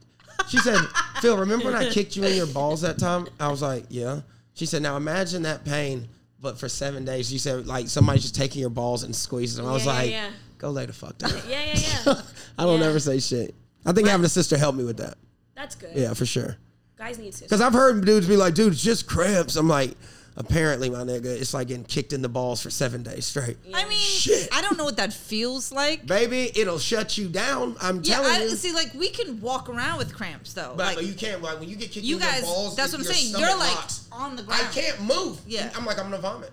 She said, Phil, remember when I kicked you in your balls that time? I was like, yeah. She said, now imagine that pain, but for seven days. She said, like, somebody's just taking your balls and squeezing them. I was
Yeah, yeah,
like,
yeah.
go lay the fuck down.
Yeah, yeah, yeah.
I don't
Yeah.
ever say shit. I think having a sister helped me with that.
That's good.
Yeah, for sure.
Guys need to.
Because I've heard dudes be like, dude, it's just cramps. I'm like, apparently, my nigga, it's like getting kicked in the balls for seven days straight.
I mean,
Shit.
I don't know what that feels like.
Baby, it'll shut you down. I'm
Yeah,
telling
I,
you.
see, like we can walk around with cramps though.
but,
like
but you can't, like, when you get kicked
you
in
guys,
the balls,
that's what I'm
your
saying.
stomach
You're like
locks.
on the ground.
I can't move.
Yeah. Mm.
I'm like, I'm going to vomit.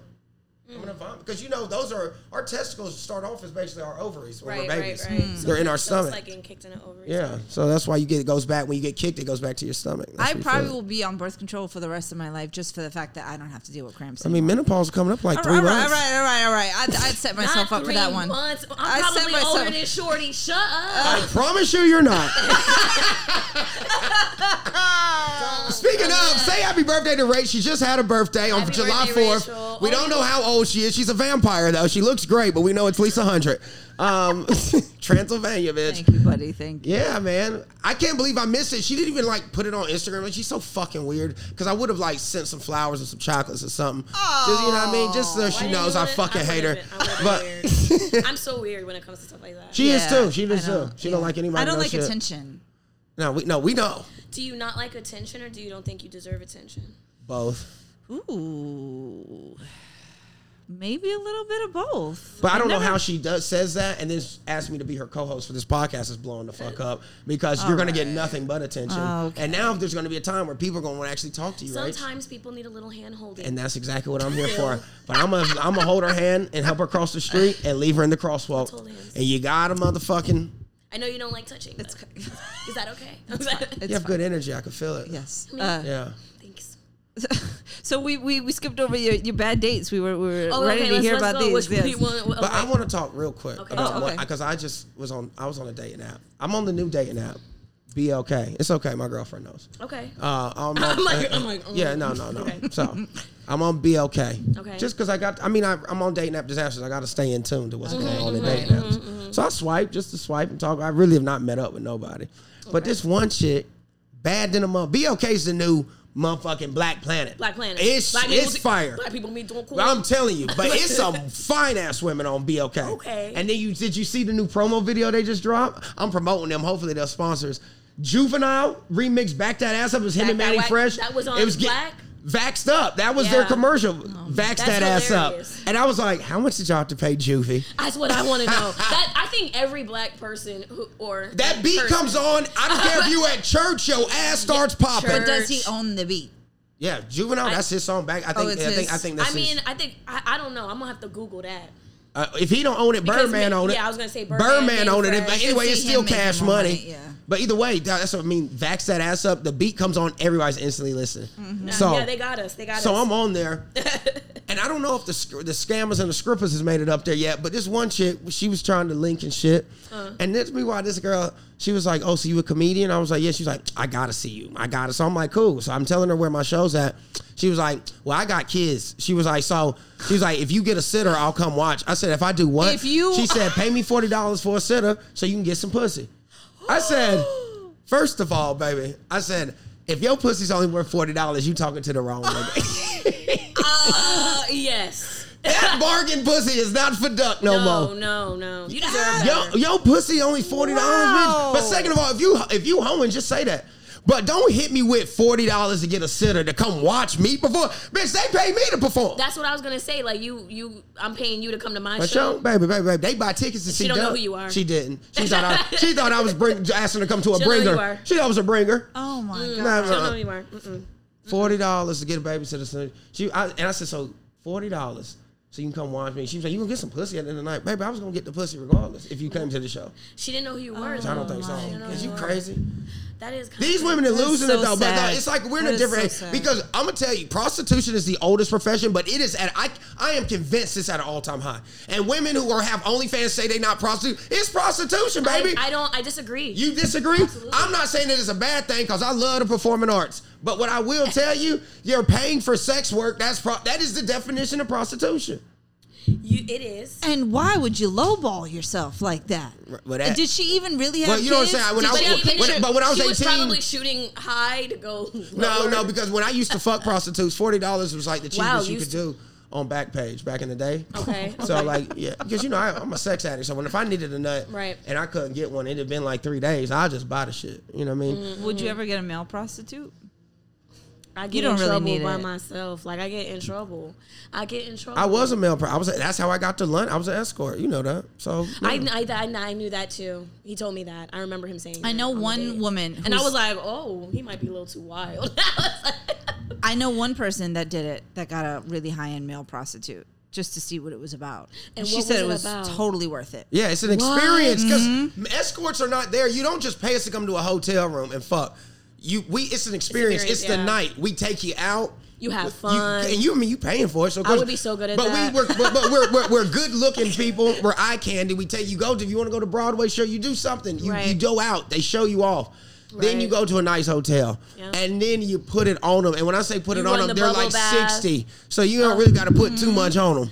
I'm gonna vomit because you know those are our testicles start off as basically our ovaries when
Right,
we're
right,
babies.
right. Mm.
They're in our
So
stomach.
It's like getting kicked in the ovaries.
yeah, so that's why you get it goes back when you get kicked. It goes back to your stomach. That's
I
what you
probably
feel.
will be on birth control for the rest of my life just for the fact that I don't have to deal with cramps.
I mean, menopause coming up like
all
three
right, all right, all
months.
right, all right, all right. I'd, I'd set
Not
myself up for
three
that one.
Months.
I set
I'm probably
myself-
older than Shorty. Shut up.
I promise you, you're not. Speaking of, say happy birthday to Rachel. She just had a birthday on
Happy
July
birthday,
4th.
Rachel.
We
Oh,
don't
you-
know how old she is. She's a vampire, though. She looks great, but we know it's Lisa 100. Um, Transylvania, bitch.
Thank you, buddy. Thank you.
Yeah, man. I can't believe I missed it. She didn't even like put it on Instagram. Like she's so fucking weird. Cause I would have like sent some flowers and some chocolates or something. Just, you know what I mean? Just so
Why
she
didn't you
knows I
want it?
fucking hate her.
would've been- I would've been
But
weird. I'm so weird when it comes to stuff like that.
she is
Yeah,
too. She
I
is
know.
too. She don't
Yeah.
like anybody.
I don't
knows
like
shit.
attention.
No, we no, we know.
do you not like attention, or do you don't think you deserve attention?
Both.
Ooh. Maybe a little bit of both.
But I don't know
never-
how she does says that and then asked me to be her co-host for this podcast is blowing the fuck up because you're gonna get nothing but attention.
Okay.
And now there's gonna be a time where people are gonna want to actually talk to you, right?
Sometimes people need a little hand holding.
and that's exactly what I'm here for. But I'm gonna I'm gonna hold her hand and help her cross the street and leave her in the crosswalk.
Hold hands.
And you gotta motherfucking
I know you don't like touching. That's
It's-
Is that okay?
you have good energy. I can feel it.
Yes. Uh,
Yeah.
Thanks.
so we, we, we skipped over your, your bad dates. We were, we were
Oh,
ready
okay,
to
let's,
hear
let's
about
go.
these.
Which one do you
yes.
want? Well,
But I
okay.
want to taltalk real quick
Okay.
about
Oh,
what
okay.
because I just was on I was on a dating app. I'm on the new dating app, BLK. It's okay. My girlfriend knows.
okay.
Uh, I'm,
I'm like- I'm like,
yeah,
mm.
no, no, no.
Okay.
So I'm on BLK.
Okay.
Just because I got, I mean, I, I'm on dating app disasters. I got to stay in tune to what's
Mm-hmm,
going on in dating apps. So I swipe just to swipe and talk. I really have not met up with nobody. But this one chick, bad than a month. BLK is the new motherfucking Black Planet.
Black Planet.
It's
Black
it's
people-
fire.
Black people meet doing cool.
I'm telling you, but it's some fine ass women on BLK.
Okay.
And then you did you see the new promo video they just dropped? I'm promoting them. Hopefully they're sponsors. Juvenile remix back that ass up It was him
Back
and
That
Manny
Whack-
Fresh.
that was on
get-
Black?
Vaxxed up. That was their
Yeah.
commercial. Vax
That's
that ass up.
hilarious.
And I was like, how much did y'all have to pay Juvie?
That's what I want to know. that I think every black person who or
That beat
person-
comes on. I don't care if you at church, your ass starts popping.
Sure.
But does he own the beat?
Yeah, Juvenile, that's his song back. I think
it's
I think
his.
I think that's
Oh, I
his-
mean, I think I, I don't know. I'm gonna have to Google that.
Uh, if he don't own it,
Because
Birdman
ma-
own it.
yeah, I was gonna say Birdman,
Birdman own it.
Manfred.
But
I
anyway,
could
it's
see
still
him making
cash
more
money.
money, yeah.
But either way, that- that's what I mean. Vax that ass up. The beat comes on, everybody's instantly listening. So
Mm-hmm. yeah, they got us. They got
Oh. so
us.
I'm on there, and I don't know if the sc- the scammers and the scrippers has made it up there yet. But this one chick, she was trying to link and shit, and this meanwhile, this girl, she was like, "Oh, so you a comedian?" I was like, "Yeah." She's like, "I gotta see you. I gotta." So I'm like, "Cool." So I'm telling her where my show's at. She was like, "Well, I got kids." She was like, "So." She was like, "If you get a sitter, I'll come watch." I said, "If I do what?"
If you-
she said, "Pay me forty dollars for a sitter, so you can get some pussy." I said, first of all, baby, I said, if your pussy's only worth forty dollars, you talking to the wrong nigga.
Uh, yes.
that bargain pussy is not for duck no,
No,
more.
no, no. You deserve
Yo,
better.
yo, pussy only forty dollars,
Wow.
bitch. But second of all, if you if you hoeing, just say that. But don't hit me with forty dollars to get a sitter to come watch me perform, bitch. They pay me to perform.
That's what I was gonna say. Like you, you. I'm paying you to come to my
My show,
show.
baby, baby, baby. They buy tickets to see.
don't know
Doug.
who you are.
She didn't. She thought I. she thought I was bring, asking her to come to a
She don't know who you
bringer.
are.
She thought I was a bringer.
Oh my god.
Nah,
I
nah.
don't know who you are. Mm-mm.
Mm-hmm.
forty dollars to get a babysitter. So she I, and I said, so forty dollars. So you can come watch me. She was like, you gonna get some pussy at the end of the night, baby. I was gonna get the pussy regardless if you came to the show.
She didn't know who you were.
So
Oh
I don't think so. Is you crazy?
That is. Kind
These women are losing
so
it though, but
sad.
uh, it's like we're in
That
a
is
different
so sad.
because I'm gonna tell you, prostitution is the oldest profession, but it is at I I am convinced it's at an all time high. And women who are have OnlyFans say they not prostitute. It's prostitution, baby.
I, I don't. I disagree.
You disagree? I'm not saying that it's a bad thing because I love the performing arts. But what I will tell you, you're paying for sex work. That's pro- that is the definition of prostitution.
You- It is.
And why would you lowball yourself like that?
well, that-
Did she even really have
Well, you know what I'm
kids?
saying? When
Did
I-
she-
But,
when-
even
when-
she-
but when I was
she was
18
probably shooting high to go.
No,
lower.
no, because when I used to fuck prostitutes, forty dollars was like the cheapest
Wow,
you
you
could
used
do on Backpage back in the day.
Okay,
So
okay.
like, yeah, because you know I, I'm a sex addict. So when if I needed a nut,
Right.
and I couldn't get one, it had been like three days. I just buy the shit. You know what I mean?
Mm-hmm.
would you ever get a male prostitute?
I get
You don't
in
really
trouble
need
by
it.
myself. Like I get in trouble. I get in trouble.
I was a male. Pro- I was. A, that's how I got to London. I was an escort. You know that. So
I,
yeah.
I, I, I knew that too. He told me that. I remember him saying.
I
that
know
on the
one
date.
woman
and I
who's-
was like, "Oh, he might be a little too wild."
I know one person that did it that got a really high end male prostitute just to see what it was about. And
And
she
what
said
was
it
it
was
about?
totally worth it.
Yeah, it's an experience because
Mm-hmm.
escorts are not there. You don't just pay us to come to a hotel room and fuck. You, we, it's an experience. It's,
Experience,
the
yeah.
night we take you out.
You have
You-
fun.
and you I mean you paying for it. So of
I
course-
would be so good at
but
that.
We, we're, but, but we're, we're we're good looking people. We're eye candy. We take you go to if you want to go to Broadway show. You do something. You you
Right.
go out. They show you off. Then you
Right.
go to a nice hotel,
Yeah.
and then you put it on them. And when I say put
You
it on them,
run the
they're
bubble
like
bath. Oh. Mm-hmm.
sixty. So you don't really got to put too much on them.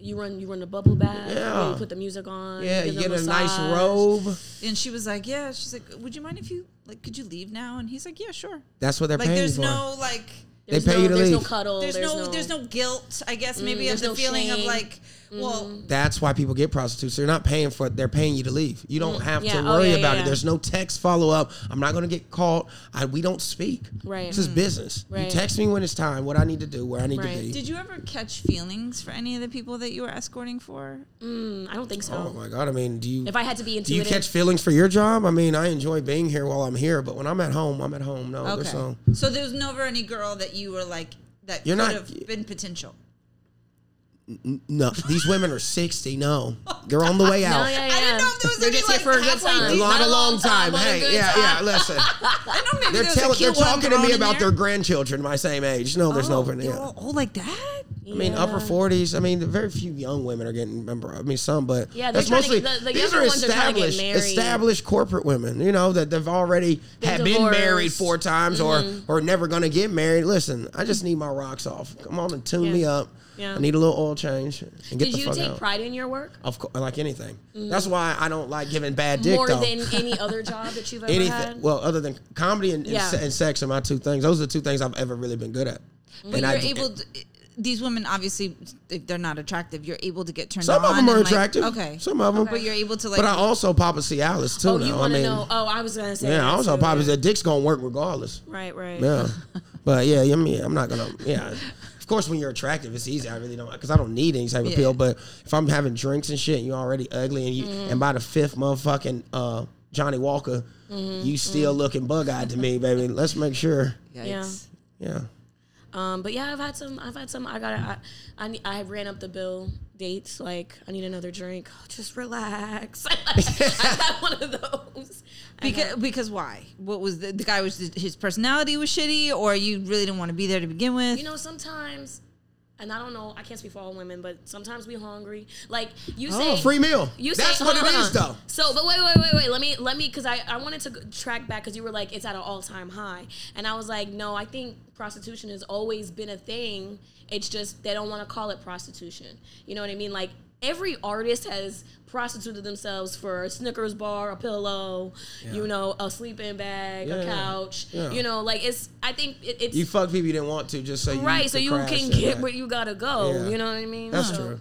you run, you run the bubble bath.
Yeah.
You put the music on.
Yeah,
give
you get
them
a nice
massage.
robe.
And she was like, Yeah, she's like, Would you mind if you like could you leave now? And he's like, Yeah, sure.
That's what they're
Like
paying
there's
for.
no like
There's
pay
no,
you to
There's no
leave.
cuddle.
there's, no, there's no guilt, I guess, maybe of
there's
the
no
feeling of
shame. Mm.
like, well,
That's why people get prostitutes. They're not paying for it. They're paying you to leave. You don't have
yeah.
to
Oh,
worry
yeah, yeah,
about it.
yeah.
There's no text follow up. I'm not going to get caught. I, we don't speak.
Right. Mm.
This is business. You
Right.
text me when it's time, what I need to do, where I need
Right.
to be.
did you ever catch feelings for any of the people that you were escorting for?
Mm, I don't think so.
Oh my god! I mean, do you?
If I had to be
do you
intuitive,
catch feelings for your job? I mean, I enjoy being here while I'm here, but when I'm at home, I'm at home. No,
Okay.
there's no.
So there was never any girl that you were like that
You're
could
not-
have been potential.
No, these women are 60. No, they're on the way out.
No, yeah, yeah.
I didn't know if there was
They're
any,
just here
like,
for a good
halfway
time.
A lot, a long time.
but a
Hey,
good
yeah,
time.
yeah. Listen,
I know
they're
maybe there was a
telling, they're
cute one
talking to
thrown
me
in
about
there.
their grandchildren, my same age. No, there's no.
Oh,
yeah.
they're all old like that.
I mean, upper forties. I mean, very few young women are getting member. I mean, some, but
Yeah, they're
that's
trying to-
mostly
the- the
these
younger
are
ones are trying to get
established,
married.
established corporate women. You know that they've already had been
divorced. Mm-hmm.
married four times or or never gonna get married. Listen, I just need my rocks off. Come on and tune
Yeah.
me up.
Yeah.
I need a little oil change and get
Did
the
you
fuck
take
out.
pride in your work
of course, like anything. That's why I don't like giving bad dick
more
though.
than any other job that you've ever
anything.
had?
Well, other than comedy and, and
Yeah.
se- and sex are my two things. Those are the two things I've ever really been good at. and
But you're
I,
able. To, these women, obviously, if they're not attractive, you're able to get turned
Some
on.
of them
and,
are
like-
attractive.
okay.
Some of them.
But you're able to like.
But I also pop a Cialis too.
oh,
now.
you
I
want to
mean,
know? Oh, I was gonna say.
yeah, I
that
also
too.
pop is that dick's gonna work regardless.
Right, right.
Yeah, but yeah, I mean, I'm not gonna. Yeah, of course, when you're attractive, it's easy. I really don't because I don't need any type of
Yeah. Mm-hmm.
pill. But if I'm having drinks and shit, and you're already ugly, and you and by the fifth motherfucking uh, Johnny Walker,
Mm-hmm,
you still looking bug eyed to me, baby. Let's make sure.
Yeah.
Yikes.
Yeah.
Um, but yeah, I've had some. I've had some. I got. I, I ne- I ran up the bill. Dates like I need another drink. Oh, just relax. I've had one of those. I
Because, because why? What was the, the guy was his personality was shitty, or you really didn't want to be there to begin with?
you know sometimes and i don't know i can't speak for all women but sometimes we hungry like you say
Oh, Free meal.
you say uh-huh.
That's
hold
what
on,
it
hold
is,
on.
though.
so but wait wait wait wait let me let me because i i wanted to g- track back because you were like it's at an all-time high and i was like no i think prostitution has always been a thing it's just they don't want to call it prostitution you know what i mean like every artist has prostituted themselves for a snickers bar a pillow you know a sleeping bag
Yeah,
a
yeah.
couch
Yeah.
you know like it's i think it, it's
You fuck people you didn't want to just so you
right
could
so you
crash
can
and
get
that.
where you gotta go
Yeah.
you know what i mean
That's
So,
true.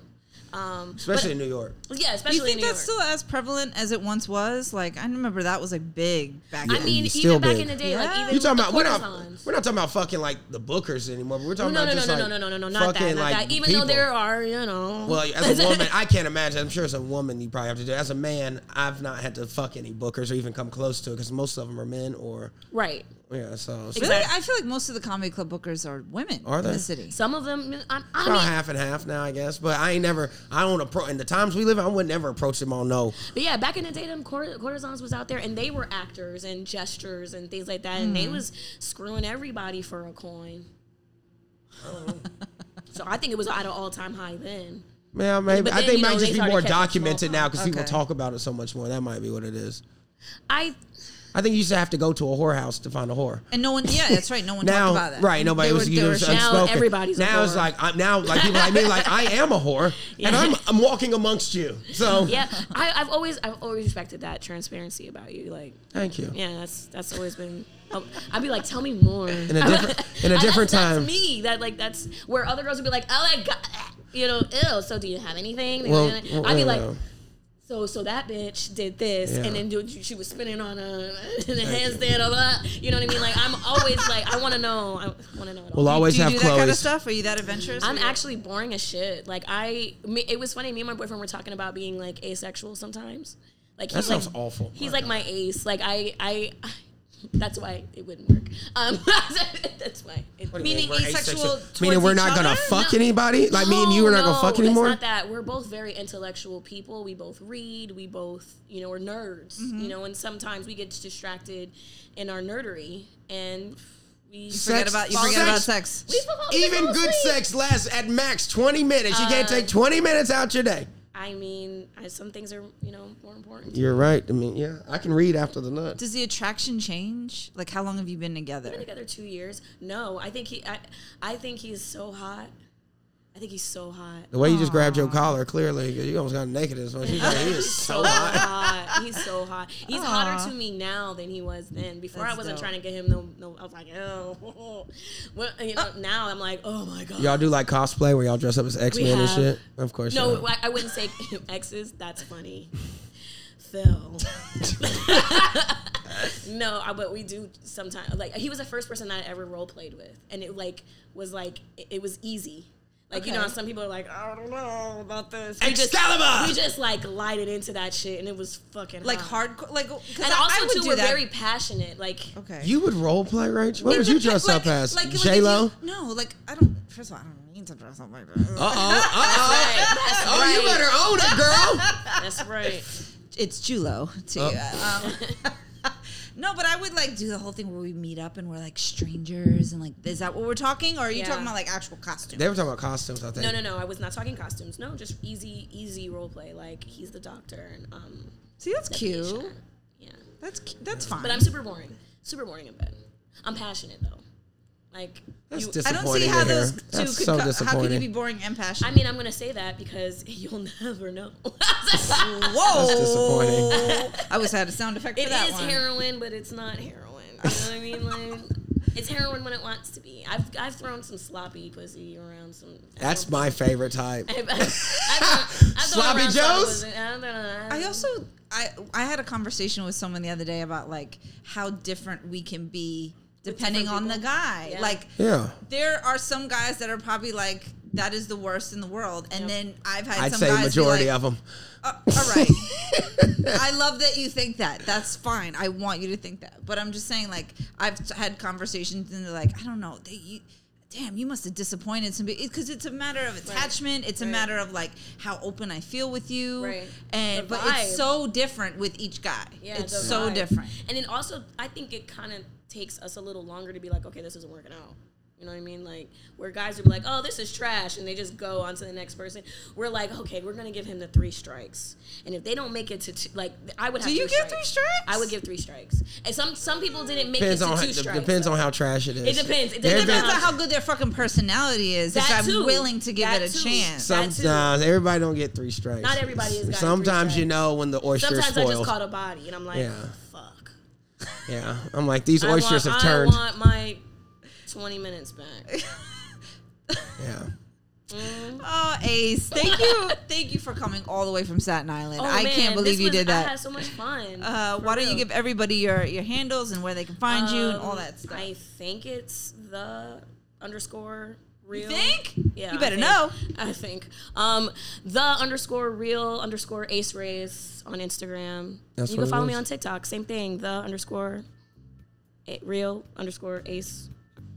um
Especially in New York.
but, yeah
Do
especially
you think
in New
that's
York.
still as prevalent as it once was? Like I remember that was like big back
i
then.
mean
it's
even
still
back
big.
in the day
Yeah.
like even
You talking
with
about
the
we're not
courtesans.
we're not talking about fucking like the bookers anymore. We're
no
talking
no
about
no no
just
no,
like
no no no no not
fucking,
that not
like,
that even though
people.
there are you know
Well, as a woman, I can't imagine. I'm sure as a woman, you probably have to do. it. As a man, I've not had to fuck any bookers or even come close to it because most of them are men or
right
yeah. So
really,
Exact-
I feel like most of the comedy club bookers are women
Are
in
they?
the city.
some of them i, I
about
mean
half and half now, I guess. But I ain't never. I don't approach. In the times we live, in, I would never approach them on no.
But yeah, back in the day, them court- courtesans was out there, and they were actors and gestures and things like that, and
Hmm.
they was screwing everybody for a coin.
Oh.
so I think it was at an all time high then.
Yeah, maybe
But
I
then,
think it
you know,
might
they
just be
started
more
catching small
documented now because people
Okay.
talk about it so much more. That might be what it is.
I
I think you used to have to go to a whorehouse to find a whore.
And no one, yeah, that's right. No one
now,
talked about that.
right? Nobody
They
was
were-
you
they
know,
were
it's
shy.
Now
unspoken.
everybody's a
now it's
whore.
like I'm now like people like me like I am a whore and I'm I'm walking amongst you. So
yeah, I, I've always I've always respected that transparency about you. Like,
thank you.
yeah, that's that's always been. oh, I'd be like, tell me more.
In a different in a
I-
different
that's,
time.
That's me. That like that's where other girls would be like, oh my god, you know, ew. So do you have anything?
Well,
I'd be
well,
like,
well,
so so that bitch did this,
Yeah.
and then do, she was spinning on a, in a handstand on that. You know what I mean? Like I'm always like I want to know. I want to know. It all.
we'll always
Do you
have
do that
Chloe's.
kind of stuff? Are you that adventurous?
I'm actually boring as shit. Like I, me, it was funny. Me and my boyfriend were talking about being like asexual sometimes. Like
That
he's like,
sounds awful.
He's
My
like my ace. Like I, I, that's why it wouldn't work. Um, that's why. It,
What do you
meaning
mean? We're
asexual towards
Meaning we're not
each
gonna
other?
fuck anybody. Like me and you are not gonna
no,
fuck anymore.
It's not that we're both very intellectual people. We both read. We both, you know, we're nerds.
Mm-hmm.
You know, and sometimes we get distracted in our nerdery, and we
forget about you. Forget about sex.
We fall- we
Even
fall
good
asleep.
sex lasts at max twenty minutes. You
Uh,
can't take twenty minutes out your day.
I mean, I, some things are, you know, more important.
You're right. I mean, yeah, I can read after the nut.
Does the attraction change? Like, how long have you been together?
Together two years. No, I think he. I, I think he's so hot. I think he's so hot.
The way you just grabbed your collar, clearly, 'cause you almost got naked as much. He's like, he is so hot.
hot. He's so hot. He's hotter to me now than he was then. Before I
That's
wasn't
dope.
trying to get him. No, no. I was like, oh, well, you
Uh,
know. Now I'm like, oh my god.
Y'all do like cosplay where y'all dress up as X Men and
have-
shit. Of course.
no,
y'all.
I, I wouldn't say exes. That's funny. Phil. no, I, but we do sometimes. Like he was the first person I ever role played with, and it like was like it, it was easy. Like you know, how some people are like, I don't know about this. We just,
Excalibur.
we just like lighted into that shit, and it was fucking
Like
hot.
hardcore, like 'cause
um, And
I,
also
I would
too,
do
we're
that.
very passionate. Like
okay.
You would role play, Rach? What would you dress
Like-
up as?
like- like if
J Lo.
you- No, like I don't. First of all, I don't mean to dress up like that.
Uh oh. Uh oh.
that's
Oh, you
right.
better own it, girl.
That's right.
it's Julo to you.
Oh.
Um, no, but I would like do the whole thing where we meet up and we're like strangers and like is that what we're talking or are you
Yeah.
talking about like actual costume?
they were talking about costumes. I think.
No, no, no. I was not talking costumes. No, just easy, easy role play. Like he's the doctor, and um,
See, that's cute.
patient. yeah.
That's cu- that's fine.
But I'm super boring. Super boring in bed. I'm passionate though. Like
That's
you,
I
disappointing.
don't see how
to hear.
those two
That's
could
so
co- how could you
disappointing.
be boring and
I
passionate?
mean, I'm gonna say that because you'll never know.
Whoa,
That's disappointing.
I always had a sound effect
It
for that
is
one.
heroin, but it's not heroin. You know what I mean? Like it's heroin when it wants to be. I've I've thrown some sloppy pussy around some.
That's my favorite type.
I've, I've, I've, thrown- I've thrown
Sloppy
around
Joes?
pussy. I've thrown around-
I also I I had a conversation with someone the other day about like how different we can be depending
different
on the
people.
guy.
Yeah.
Like
Yeah.
there are some guys that are probably like that is the worst in the world, and
Yep.
then I've had
I'd
some
say
guys
majority
be like,
of them.
"Uh, all right, I love that you think that. That's fine. I want you to think that, but I'm just saying like I've had conversations and they're like I don't know they. You, damn, you must have disappointed somebody because it's a matter of attachment. It's a matter of like how open I feel with you,
Right.
and
The
but it's
vibe.
so different with each guy.
Yeah,
it's
the
so
vibe.
different.
And then also, I think it kind of takes us a little longer to be like, okay, this isn't working out. You know what I mean? Like where guys are like, oh, this is trash, and they just go on to the next person. We're like, okay, we're gonna give him the three strikes, and if they don't make it to two, like, I would. Have
Do you give three strikes?
I would give three strikes, and some some people didn't make
Depends
it to
on
two
how,
strikes.
depends
though.
on how trash it is.
It depends. It
There
depends
been-
Depends on how good their fucking personality is. if
That
I'm
too.
willing to give
That
it a
too.
chance.
So- that too.
Sometimes everybody don't get three strikes.
Not everybody has gotten three
Sometimes you
strikes.
know when the oyster
Sometimes
is spoiled.
I just caught a body, and I'm like,
Yeah.
fuck.
yeah, I'm like these
I
oysters have
want-
turned.
I want my twenty minutes back.
yeah.
Oh, Ace, thank you, thank you for coming all the way from Staten Island.
Oh,
I
man,
can't believe
this
you
was-
did that.
I had so much fun.
uh,
for
why don't you
real.
give everybody your your handles and where they can find you and all
Um,
that stuff?
I think it's the underscore real.
think?
Yeah.
You
I
better
think.
know.
I think. Um, the underscore real underscore ace race on Instagram.
That's
you
what
can
it
follow me
is.
on TikTok. Same thing. The underscore a- real underscore ace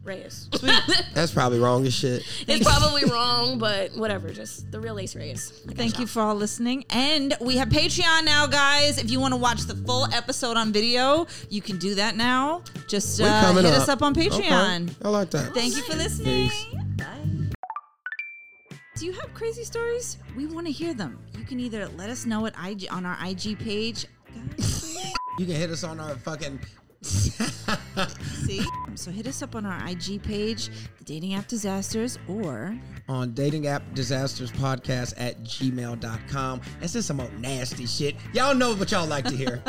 reyes.
That's probably wrong as shit.
it's probably wrong, but whatever. Just the real ace reyes. I got
Thank
y'all.
you for all listening. And we have Patreon now, guys. If you want to watch the full episode on video, you can do that now. Just
We
uh,
coming
hit
up.
us up on Patreon.
Okay. I like that.
Thank you for listening.
Peace.
Bye. Do you have crazy stories? We want to hear them. You can either let us know at IG on our IG page.
You can hit us on our fucking.
See? So hit us up on our IG page, the Dating App Disasters, or
on dating app disasters podcast at gmail.com. That's just some old nasty shit. Y'all know what y'all like to hear.